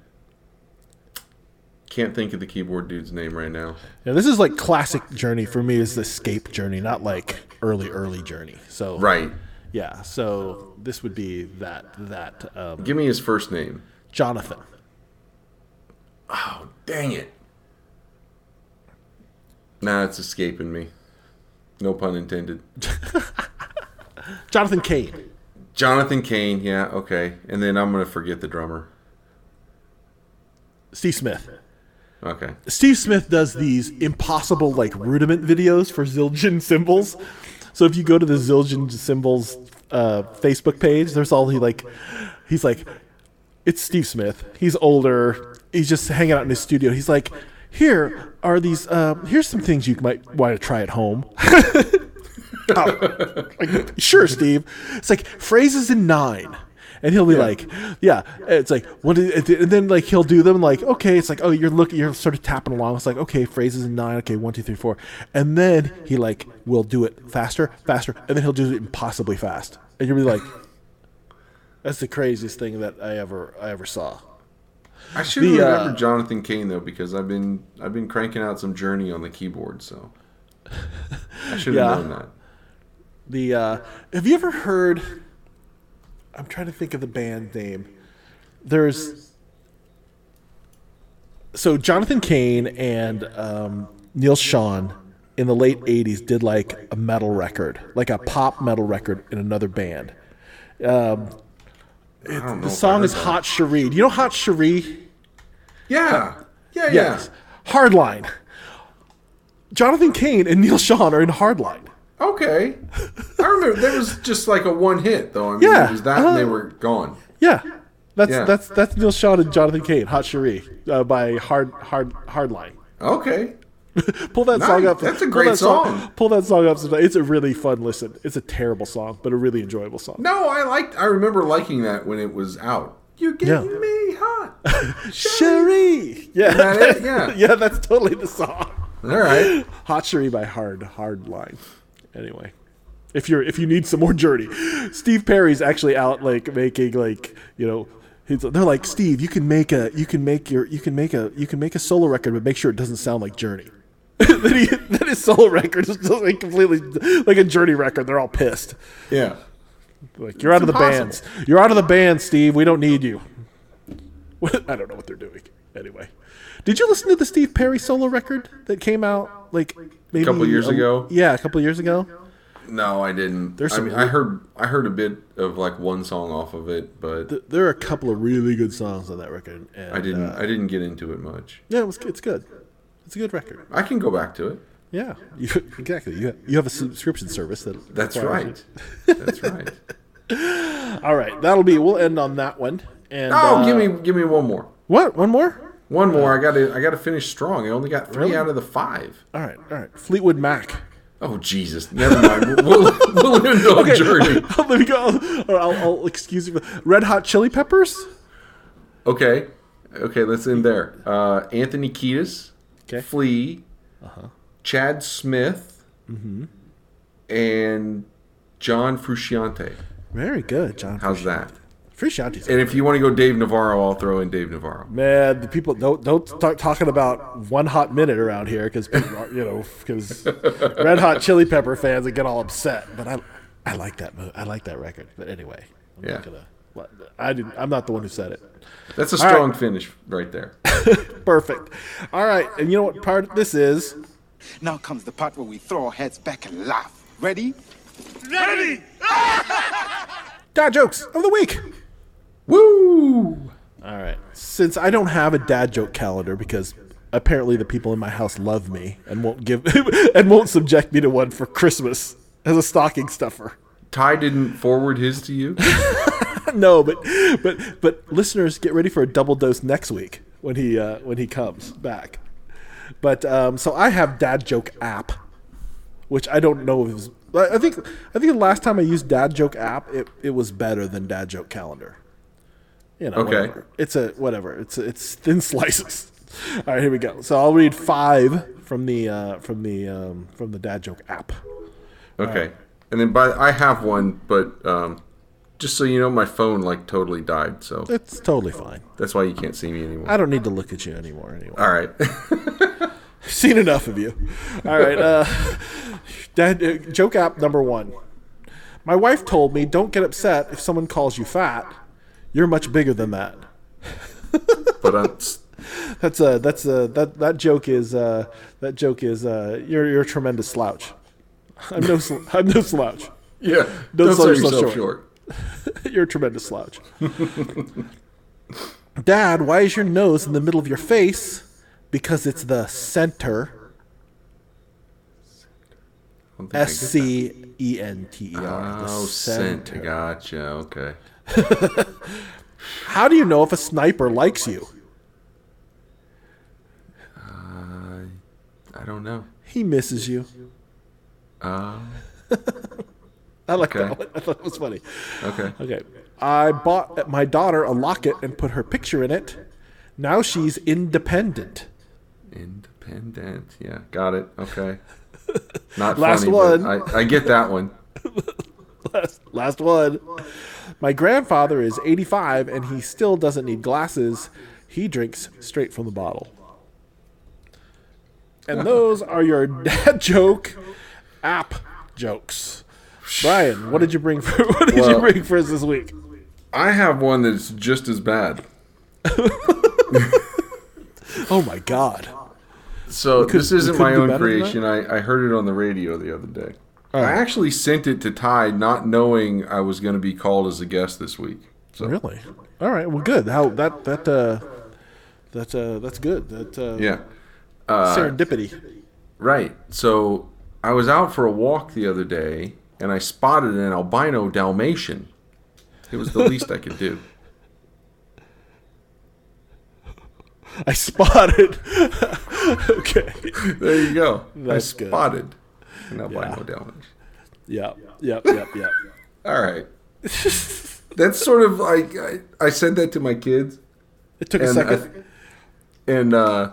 [SPEAKER 2] Can't think of the keyboard dude's name right now.
[SPEAKER 1] Now this is like classic Journey for me. Is the escape Journey, not like early early Journey. So
[SPEAKER 2] Right.
[SPEAKER 1] Yeah. So this would be that that um,
[SPEAKER 2] Give me his first name.
[SPEAKER 1] Jonathan.
[SPEAKER 2] Oh, dang it. Nah, it's escaping me. No pun intended.
[SPEAKER 1] Jonathan Cain.
[SPEAKER 2] Jonathan Kane, yeah, okay. And then I'm going to forget the drummer.
[SPEAKER 1] Steve Smith.
[SPEAKER 2] Okay.
[SPEAKER 1] Steve Smith does these impossible like rudiment videos for Zildjian symbols. So if you go to the Zildjian symbols uh, Facebook page, there's all he like. He's like, it's Steve Smith. He's older. He's just hanging out in his studio. He's like, here are these. Uh, here's some things you might want to try at home. [LAUGHS] Oh, like, [LAUGHS] sure, Steve. It's like phrases in nine. And he'll be like, yeah. It's like, what? Is, and then like he'll do them like, okay. It's like, oh, you're looking, you're sort of tapping along. It's like, okay, phrases in nine. Okay, one, two, three, four. And then he like will do it faster, faster, and then he'll do it impossibly fast. And you'll be like, [LAUGHS] that's the craziest thing that I ever I ever saw.
[SPEAKER 2] I should
[SPEAKER 1] The,
[SPEAKER 2] remember
[SPEAKER 1] uh,
[SPEAKER 2] Jonathan Kane though because I've been I've been cranking out some Journey on the keyboard, so I should have
[SPEAKER 1] Yeah.
[SPEAKER 2] known that.
[SPEAKER 1] The uh, have you ever heard? I'm trying to think of the band name. There's so Jonathan Cain and um, Neil Sean in the late '80s did like a metal record, like a pop metal record in another band.
[SPEAKER 2] I don't know
[SPEAKER 1] The
[SPEAKER 2] if I
[SPEAKER 1] song
[SPEAKER 2] heard
[SPEAKER 1] is
[SPEAKER 2] that.
[SPEAKER 1] "Hot Cherie." Do you know "Hot Cherie"?
[SPEAKER 2] Yeah, yeah, yeah.
[SPEAKER 1] Hardline. Jonathan Cain and Neil Sean are in Hardline.
[SPEAKER 2] Okay, I remember there was just like a one hit though. I mean,
[SPEAKER 1] Yeah,
[SPEAKER 2] it was that
[SPEAKER 1] uh-huh.
[SPEAKER 2] and they were gone.
[SPEAKER 1] Yeah. That's
[SPEAKER 2] Yeah.
[SPEAKER 1] that's that's Neil Sean and Jonathan Cain, Hot Cherie, uh, by Hard Hard Hardline.
[SPEAKER 2] Okay,
[SPEAKER 1] Pull that song
[SPEAKER 2] Nice.
[SPEAKER 1] up.
[SPEAKER 2] That's a
[SPEAKER 1] pull
[SPEAKER 2] great
[SPEAKER 1] that
[SPEAKER 2] song.
[SPEAKER 1] Pull that song up. sometime. It's a really fun listen. It's a terrible song, but a really enjoyable song.
[SPEAKER 2] no, I liked. I remember liking that when it was out. You get
[SPEAKER 1] Yeah.
[SPEAKER 2] me hot.
[SPEAKER 1] Cherie. Yeah.
[SPEAKER 2] that it? Yeah.
[SPEAKER 1] [LAUGHS] yeah, that's totally the song.
[SPEAKER 2] All right,
[SPEAKER 1] Hot Cherie by Hard Hardline. Anyway, if you're if you need some more Journey, Steve Perry's actually out like making like you know. he's- They're like Steve. You can make a. You can make your. You can make a. You can make a solo record, but make sure it doesn't sound like Journey. [LAUGHS] then, he, then his solo record is just like completely like a Journey record. They're all pissed.
[SPEAKER 2] yeah.
[SPEAKER 1] Like you're out of the bands. You're out of the band, Steve. We don't need you. [LAUGHS] I don't know what they're doing. Anyway, did you listen to the Steve Perry solo record that came out like maybe a
[SPEAKER 2] couple years ago?
[SPEAKER 1] Yeah, a couple years ago.
[SPEAKER 2] No, I didn't.
[SPEAKER 1] There's
[SPEAKER 2] I
[SPEAKER 1] some
[SPEAKER 2] mean, I heard I heard a bit of like one song off of it, but
[SPEAKER 1] Th- There are a couple of really good songs on that record. And,
[SPEAKER 2] I didn't
[SPEAKER 1] uh,
[SPEAKER 2] I didn't get into it much.
[SPEAKER 1] yeah, it was, it's good. It's a good record.
[SPEAKER 2] I can go back to it.
[SPEAKER 1] Yeah, you, [LAUGHS] exactly. You have, you have a subscription service that.
[SPEAKER 2] That's
[SPEAKER 1] requires
[SPEAKER 2] right.
[SPEAKER 1] [LAUGHS]
[SPEAKER 2] That's right.
[SPEAKER 1] it. All right, that'll be. We'll end on that one. And
[SPEAKER 2] Oh,
[SPEAKER 1] uh,
[SPEAKER 2] give me give me one more.
[SPEAKER 1] what? One more.
[SPEAKER 2] One more. I got to I got to finish strong. I only got 3 out of the 5.
[SPEAKER 1] All right, all right. Fleetwood Mac.
[SPEAKER 2] Oh Jesus. Never mind. We'll, [LAUGHS] we'll end
[SPEAKER 1] [LAUGHS]
[SPEAKER 2] on journey.
[SPEAKER 1] Let me go. Or I'll, I'll excuse you. for- Red Hot Chili Peppers.
[SPEAKER 2] Okay. Okay, let's end there. Uh, Anthony Kiedis,
[SPEAKER 1] Okay. Uh-huh.
[SPEAKER 2] Flea, Chad Smith,
[SPEAKER 1] Mm-hmm.
[SPEAKER 2] and John Frusciante.
[SPEAKER 1] Very good, John.
[SPEAKER 2] How's that?
[SPEAKER 1] Free Shanties.
[SPEAKER 2] And if you want to go Dave Navarro, I'll throw in Dave Navarro.
[SPEAKER 1] Man, the people don't don't start talking about one hot minute around here because you know because Red Hot Chili Pepper fans would get all upset. But I I like that mo- I like that record. But anyway, I'm
[SPEAKER 2] Yeah.
[SPEAKER 1] not gonna. I didn't. I'm not the one who said it.
[SPEAKER 2] That's a
[SPEAKER 1] right.
[SPEAKER 2] strong finish right there.
[SPEAKER 1] Perfect. All right, and you know what part of this is?
[SPEAKER 3] Now comes the part where we throw our heads back and laugh. Ready?
[SPEAKER 1] Dad jokes of the week.
[SPEAKER 2] Woo!
[SPEAKER 1] All right. Since I don't have a dad joke calendar because apparently the people in my house love me and won't give [LAUGHS] and won't subject me to one for Christmas as a stocking stuffer.
[SPEAKER 2] Ty didn't forward his
[SPEAKER 1] [LAUGHS]
[SPEAKER 2] to you.
[SPEAKER 1] no, but but but listeners, get ready for a double dose next week when he uh, when he comes back. But um, so I have dad joke app, which I don't know if it was, I I think I think the last time I used dad joke app, it, it was better than dad joke calendar. You know,
[SPEAKER 2] Okay.
[SPEAKER 1] whatever. it's a whatever. It's it's thin [LAUGHS] slices. All right, here we go. So I'll read five from the uh, from the um, from the dad joke app.
[SPEAKER 2] Okay. And then by I have one, but um, just so you know, my phone like totally died, so
[SPEAKER 1] It's totally fine.
[SPEAKER 2] that's why you can't see me
[SPEAKER 1] I
[SPEAKER 2] anymore.
[SPEAKER 1] don't need to look at you anymore. Anyway.
[SPEAKER 2] All right. [LAUGHS]
[SPEAKER 1] seen enough of you. All right. Uh, dad, uh, joke app number one. My wife told me, don't get upset if someone calls you fat. You're much bigger than that. [LAUGHS]
[SPEAKER 2] but I'm
[SPEAKER 1] That's a that's a that that joke is uh, that joke is uh, you're you're a tremendous slouch. I'm no sl- I'm no slouch. [LAUGHS]
[SPEAKER 2] Yeah.
[SPEAKER 1] Don't
[SPEAKER 2] Don't,
[SPEAKER 1] sell
[SPEAKER 2] sell
[SPEAKER 1] yourself
[SPEAKER 2] yourself
[SPEAKER 1] short.
[SPEAKER 2] short.
[SPEAKER 1] You're a tremendous slouch. Dad, why is your nose in the middle of your face? Because it's the center.
[SPEAKER 2] I don't think I
[SPEAKER 1] S
[SPEAKER 2] get
[SPEAKER 1] C E N T E
[SPEAKER 2] that.
[SPEAKER 1] R. the
[SPEAKER 2] Oh, scent. Gotcha. Okay.
[SPEAKER 1] How do you know if a sniper likes you?
[SPEAKER 2] I don't know.
[SPEAKER 1] He misses you.
[SPEAKER 2] Uh,
[SPEAKER 1] [LAUGHS] I like
[SPEAKER 2] Okay.
[SPEAKER 1] that one. I thought it was funny.
[SPEAKER 2] okay.
[SPEAKER 1] Okay. I bought my daughter a locket and put her picture in it. Now she's independent.
[SPEAKER 2] Independent. Yeah. Got it.
[SPEAKER 1] [LAUGHS]
[SPEAKER 2] Okay. Not
[SPEAKER 1] Last
[SPEAKER 2] funny, but
[SPEAKER 1] one.
[SPEAKER 2] I, I get that one.
[SPEAKER 1] Last, last one. My grandfather is 85 and he still doesn't need glasses. He drinks straight from the bottle. [LAUGHS] And those are your dad joke app jokes. Brian, what did you bring for [LAUGHS] what did you
[SPEAKER 2] Well-
[SPEAKER 1] bring for us this week?
[SPEAKER 2] I have one that's just as bad.
[SPEAKER 1] Oh my god.
[SPEAKER 2] So this isn't
[SPEAKER 1] couldn't
[SPEAKER 2] my
[SPEAKER 1] do
[SPEAKER 2] own
[SPEAKER 1] better than that? Oh.
[SPEAKER 2] creation. I, I heard it on the radio the other day. I actually sent it to Ty, not knowing I was going to be called as a guest this week. So
[SPEAKER 1] Really? All right. Well, good. How that that uh, that uh, that's good. That uh,
[SPEAKER 2] yeah,
[SPEAKER 1] serendipity.
[SPEAKER 2] right. So I was out for a walk the other day, and I spotted an albino Dalmatian.
[SPEAKER 1] [LAUGHS]
[SPEAKER 2] It was the least I could do.
[SPEAKER 1] I [LAUGHS] spotted. okay.
[SPEAKER 2] There you go.
[SPEAKER 1] That's
[SPEAKER 2] I
[SPEAKER 1] good.
[SPEAKER 2] spotted an albino Dalmatian.
[SPEAKER 1] Yep. Yep. Yep. Yep. [LAUGHS]
[SPEAKER 2] All right. That's sort of like I, I said that to my kids.
[SPEAKER 1] It took a
[SPEAKER 2] and
[SPEAKER 1] second.
[SPEAKER 2] I- and uh,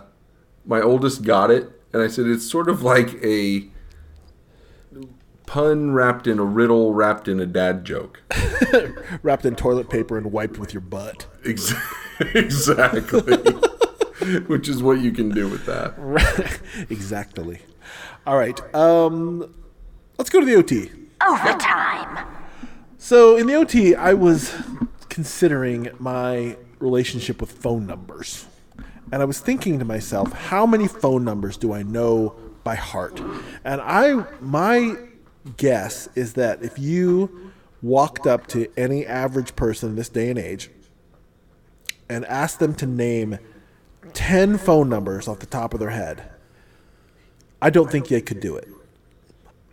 [SPEAKER 2] my oldest got it, and I said it's sort of like a pun wrapped in a riddle wrapped in a dad joke. [LAUGHS]
[SPEAKER 1] Wrapped in toilet paper and wiped with your butt.
[SPEAKER 2] Ex- [LAUGHS] exactly. [LAUGHS] Which is what you can do with that.
[SPEAKER 1] [LAUGHS] exactly. All right. Um, let's go to the OT.
[SPEAKER 4] Overtime.
[SPEAKER 1] So in the OT, I was considering my relationship with phone numbers. And I was thinking to myself, how many phone numbers do I know by heart? And I my guess is that if you walked up to any average person in this day and age and asked them to name 10 phone numbers off the top of their head, I don't think they could do it.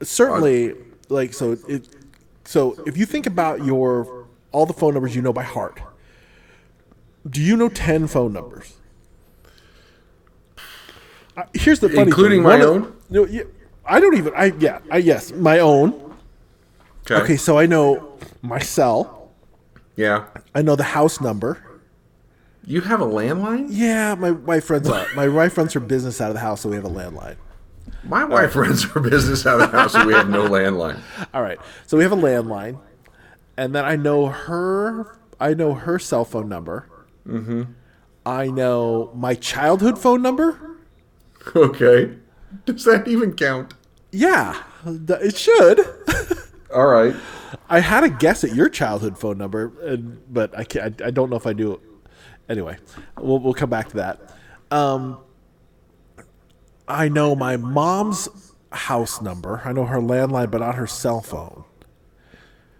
[SPEAKER 1] Certainly, like so it so if you think about your all the phone numbers you know by heart, do you know 10 phone numbers? Uh, Here's the funny thing.
[SPEAKER 2] Including my
[SPEAKER 1] One of-
[SPEAKER 2] own?
[SPEAKER 1] No, yeah, I don't even. I yeah. I yes, my own. Okay, so I know my cell.
[SPEAKER 2] Yeah.
[SPEAKER 1] I know the house number.
[SPEAKER 2] You have a landline?
[SPEAKER 1] Yeah, my my friends. Are, my wife runs her business out of the house, so we have a landline.
[SPEAKER 2] My
[SPEAKER 1] Uh,
[SPEAKER 2] wife runs her business out of the house, and we have no
[SPEAKER 1] [LAUGHS]
[SPEAKER 2] landline.
[SPEAKER 1] All right. So we have a landline, and then I know her. I know her cell phone number. Mm-hmm. I know my childhood phone number.
[SPEAKER 2] Okay. Does that even count?
[SPEAKER 1] Yeah, th- it should. [LAUGHS]
[SPEAKER 2] All right.
[SPEAKER 1] I had a guess at your childhood phone number, and, but I can't. I, I don't know if I do. Anyway, we'll we'll come back to that. Um, I know my mom's house number. I know her landline, but not her cell phone.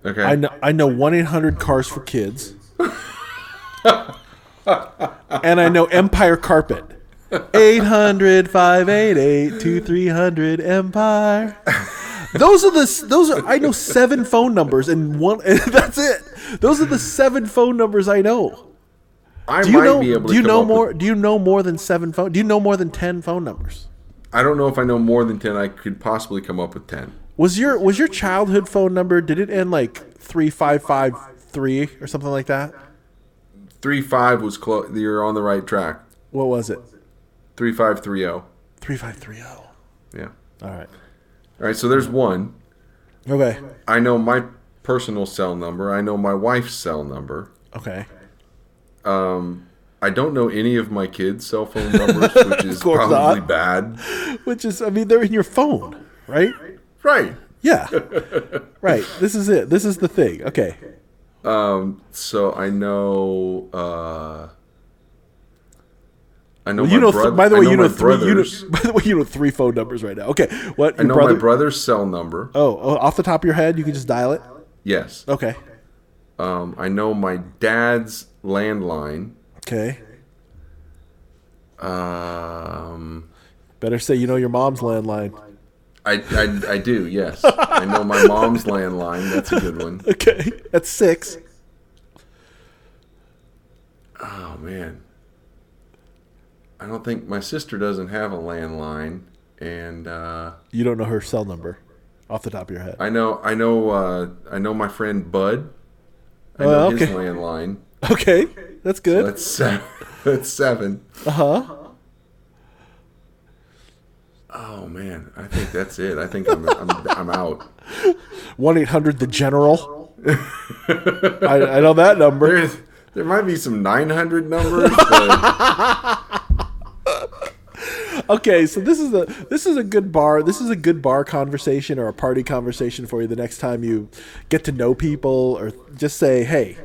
[SPEAKER 2] Okay.
[SPEAKER 1] I know I know one eight hundred cars for
[SPEAKER 2] [LAUGHS]
[SPEAKER 1] kids, and I know Empire Carpet. 800 588 2300 Empire. Those are the s- those are I know seven phone numbers and one [LAUGHS] and that's it. Those are the seven phone numbers I know.
[SPEAKER 2] I
[SPEAKER 1] Do you
[SPEAKER 2] might
[SPEAKER 1] know
[SPEAKER 2] be able to
[SPEAKER 1] do you
[SPEAKER 2] come
[SPEAKER 1] know
[SPEAKER 2] up with-
[SPEAKER 1] more do you know more than seven phone do you know more than 10 phone numbers?
[SPEAKER 2] I don't know if I know more than 10. I could possibly come up with 10.
[SPEAKER 1] Was your was your childhood phone number did it end like 3553 or something like that?
[SPEAKER 2] 3 5 was close. You're on the right track.
[SPEAKER 1] What was it?
[SPEAKER 2] 3530.
[SPEAKER 1] Three five three oh. zero.
[SPEAKER 2] oh. Yeah.
[SPEAKER 1] All right.
[SPEAKER 2] All right. So there's one.
[SPEAKER 1] Okay.
[SPEAKER 2] I know my personal cell number. I know my wife's cell number.
[SPEAKER 1] Okay.
[SPEAKER 2] I don't know any of my kids'
[SPEAKER 1] [LAUGHS]
[SPEAKER 2] cell phone numbers, which is
[SPEAKER 1] course
[SPEAKER 2] probably
[SPEAKER 1] not.
[SPEAKER 2] bad.
[SPEAKER 1] Which is, I mean, they're in your phone, right?
[SPEAKER 2] Right.
[SPEAKER 1] [LAUGHS] Yeah. right. This is it. This is the thing. Okay.
[SPEAKER 2] So I know. Uh, I know.
[SPEAKER 1] Well,
[SPEAKER 2] my
[SPEAKER 1] you know.
[SPEAKER 2] brother-
[SPEAKER 1] th- by the
[SPEAKER 2] I
[SPEAKER 1] way, you know
[SPEAKER 2] my
[SPEAKER 1] three. You
[SPEAKER 2] brothers-
[SPEAKER 1] know, [LAUGHS] by the way, you know three phone numbers right now. Okay. What? Your
[SPEAKER 2] I know
[SPEAKER 1] brother?
[SPEAKER 2] my brother's cell number.
[SPEAKER 1] oh, oh, off the top of your head, you can just dial it.
[SPEAKER 2] Yes.
[SPEAKER 1] Okay.
[SPEAKER 2] Um, I know my dad's landline.
[SPEAKER 1] Okay.
[SPEAKER 2] Um,
[SPEAKER 1] Better say you know your mom's landline.
[SPEAKER 2] I, I, I do. Yes. I know my
[SPEAKER 1] [LAUGHS]
[SPEAKER 2] mom's landline. That's a good one.
[SPEAKER 1] Okay. [LAUGHS] That's six.
[SPEAKER 2] Oh man. I don't think my sister doesn't have a landline, and uh,
[SPEAKER 1] You don't know her cell number, off the top of your head.
[SPEAKER 2] I know I know uh, I know my friend Bud. I know
[SPEAKER 1] Oh,
[SPEAKER 2] his
[SPEAKER 1] okay.
[SPEAKER 2] landline.
[SPEAKER 1] Okay. That's good.
[SPEAKER 2] That's seven. [LAUGHS] That's seven.
[SPEAKER 1] Uh huh.
[SPEAKER 2] Oh man, I think that's it. I think I'm I'm, I'm out.
[SPEAKER 1] One eight hundred the general. [LAUGHS] I, I know that number.
[SPEAKER 2] There's, there might be some 900 numbers, but
[SPEAKER 1] Okay, so this is a this is a good bar. This is a good bar conversation or a party conversation for you the next time you get to know people or just say, "Hey,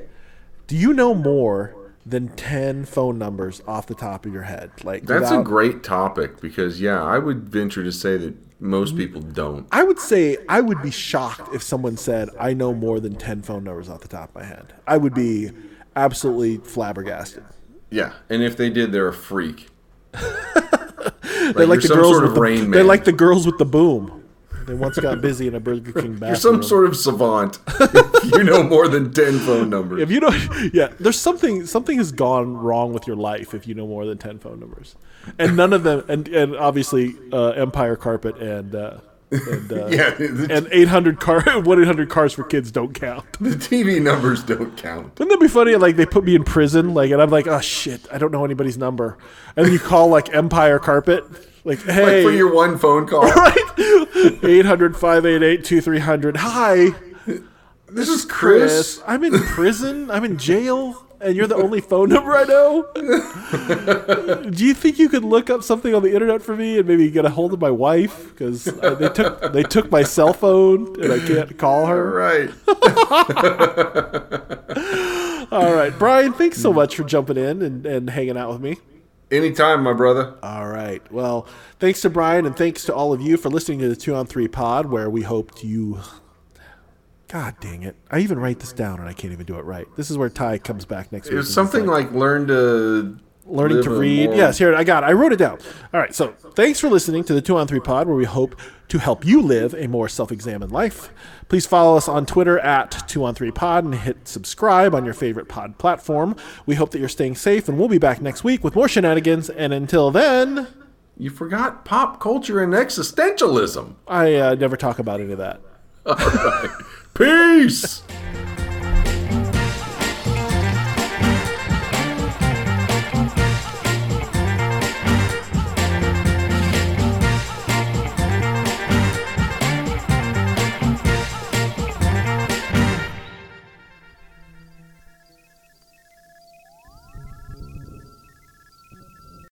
[SPEAKER 1] do you know more than 10 phone numbers off the top of your head?" Like
[SPEAKER 2] that's a
[SPEAKER 1] without-
[SPEAKER 2] great topic because yeah, I would venture to say that
[SPEAKER 1] Mm-hmm.
[SPEAKER 2] most people don't.
[SPEAKER 1] I would say I would be shocked if someone said, "I know more than 10 phone numbers off the top of my head." I would be absolutely flabbergasted.
[SPEAKER 2] Yeah, and if they did, they're
[SPEAKER 1] [LAUGHS]
[SPEAKER 2] a freak. like
[SPEAKER 1] They like the
[SPEAKER 2] you're some
[SPEAKER 1] girls
[SPEAKER 2] sort
[SPEAKER 1] with
[SPEAKER 2] of
[SPEAKER 1] the,
[SPEAKER 2] rain
[SPEAKER 1] They
[SPEAKER 2] man.
[SPEAKER 1] like the girls with the boom. They once got busy in a Burger King bathroom.
[SPEAKER 2] [LAUGHS]
[SPEAKER 1] [LAUGHS]
[SPEAKER 2] You're some sort of savant. [LAUGHS] if you know more than ten phone numbers.
[SPEAKER 1] If you don't, [LAUGHS] yeah, there's something something has gone wrong with your life if you know more than ten phone numbers, and none of them, and and obviously uh, Empire Carpet and uh, and uh,
[SPEAKER 2] yeah, the,
[SPEAKER 1] and 800 car [LAUGHS] one 800 cars for kids don't count. [LAUGHS]
[SPEAKER 2] the TV numbers don't count.
[SPEAKER 1] Wouldn't that be funny? Like they put me in prison, like, and I'm like, oh shit, I don't know anybody's number, and then you call like Empire Carpet, like,
[SPEAKER 2] Like
[SPEAKER 1] hey, [LAUGHS]
[SPEAKER 2] for your one phone call,
[SPEAKER 1] right, 800 588 2300, hi.
[SPEAKER 2] this
[SPEAKER 1] Chris,
[SPEAKER 2] is Chris.
[SPEAKER 1] I'm in prison. I'm in jail. and you're the only phone number I know. [LAUGHS] Do you think you could look up something on the internet for me and maybe get a hold of my wife? Because uh, they took they took my cell phone and I can't call
[SPEAKER 2] All
[SPEAKER 1] her.
[SPEAKER 2] right.
[SPEAKER 1] All right, Brian, thanks so much for jumping in and, and hanging out with me.
[SPEAKER 2] Anytime, my brother.
[SPEAKER 1] All right. Well, thanks to Brian and thanks to all of you for listening to the Two on Three Pod, where we hoped you. God dang it! I even write this down and I can't even do it right. This is where Ty comes back next week.
[SPEAKER 2] It
[SPEAKER 1] and
[SPEAKER 2] was
[SPEAKER 1] it's
[SPEAKER 2] something like, learn to
[SPEAKER 1] learning
[SPEAKER 2] live
[SPEAKER 1] to
[SPEAKER 2] a
[SPEAKER 1] read.
[SPEAKER 2] more-
[SPEAKER 1] Yes, here I got. It. I wrote it down. All right. So thanks for listening to the Two on Three Pod, where we hope to help you live a more self-examined life. Please follow us on Twitter at Two on Three Pod and hit subscribe on your favorite pod platform. We hope that you're staying safe, and we'll be back next week with more shenanigans. And until then,
[SPEAKER 2] You forgot pop culture and existentialism.
[SPEAKER 1] I uh, never talk about any of that.
[SPEAKER 2] Peace.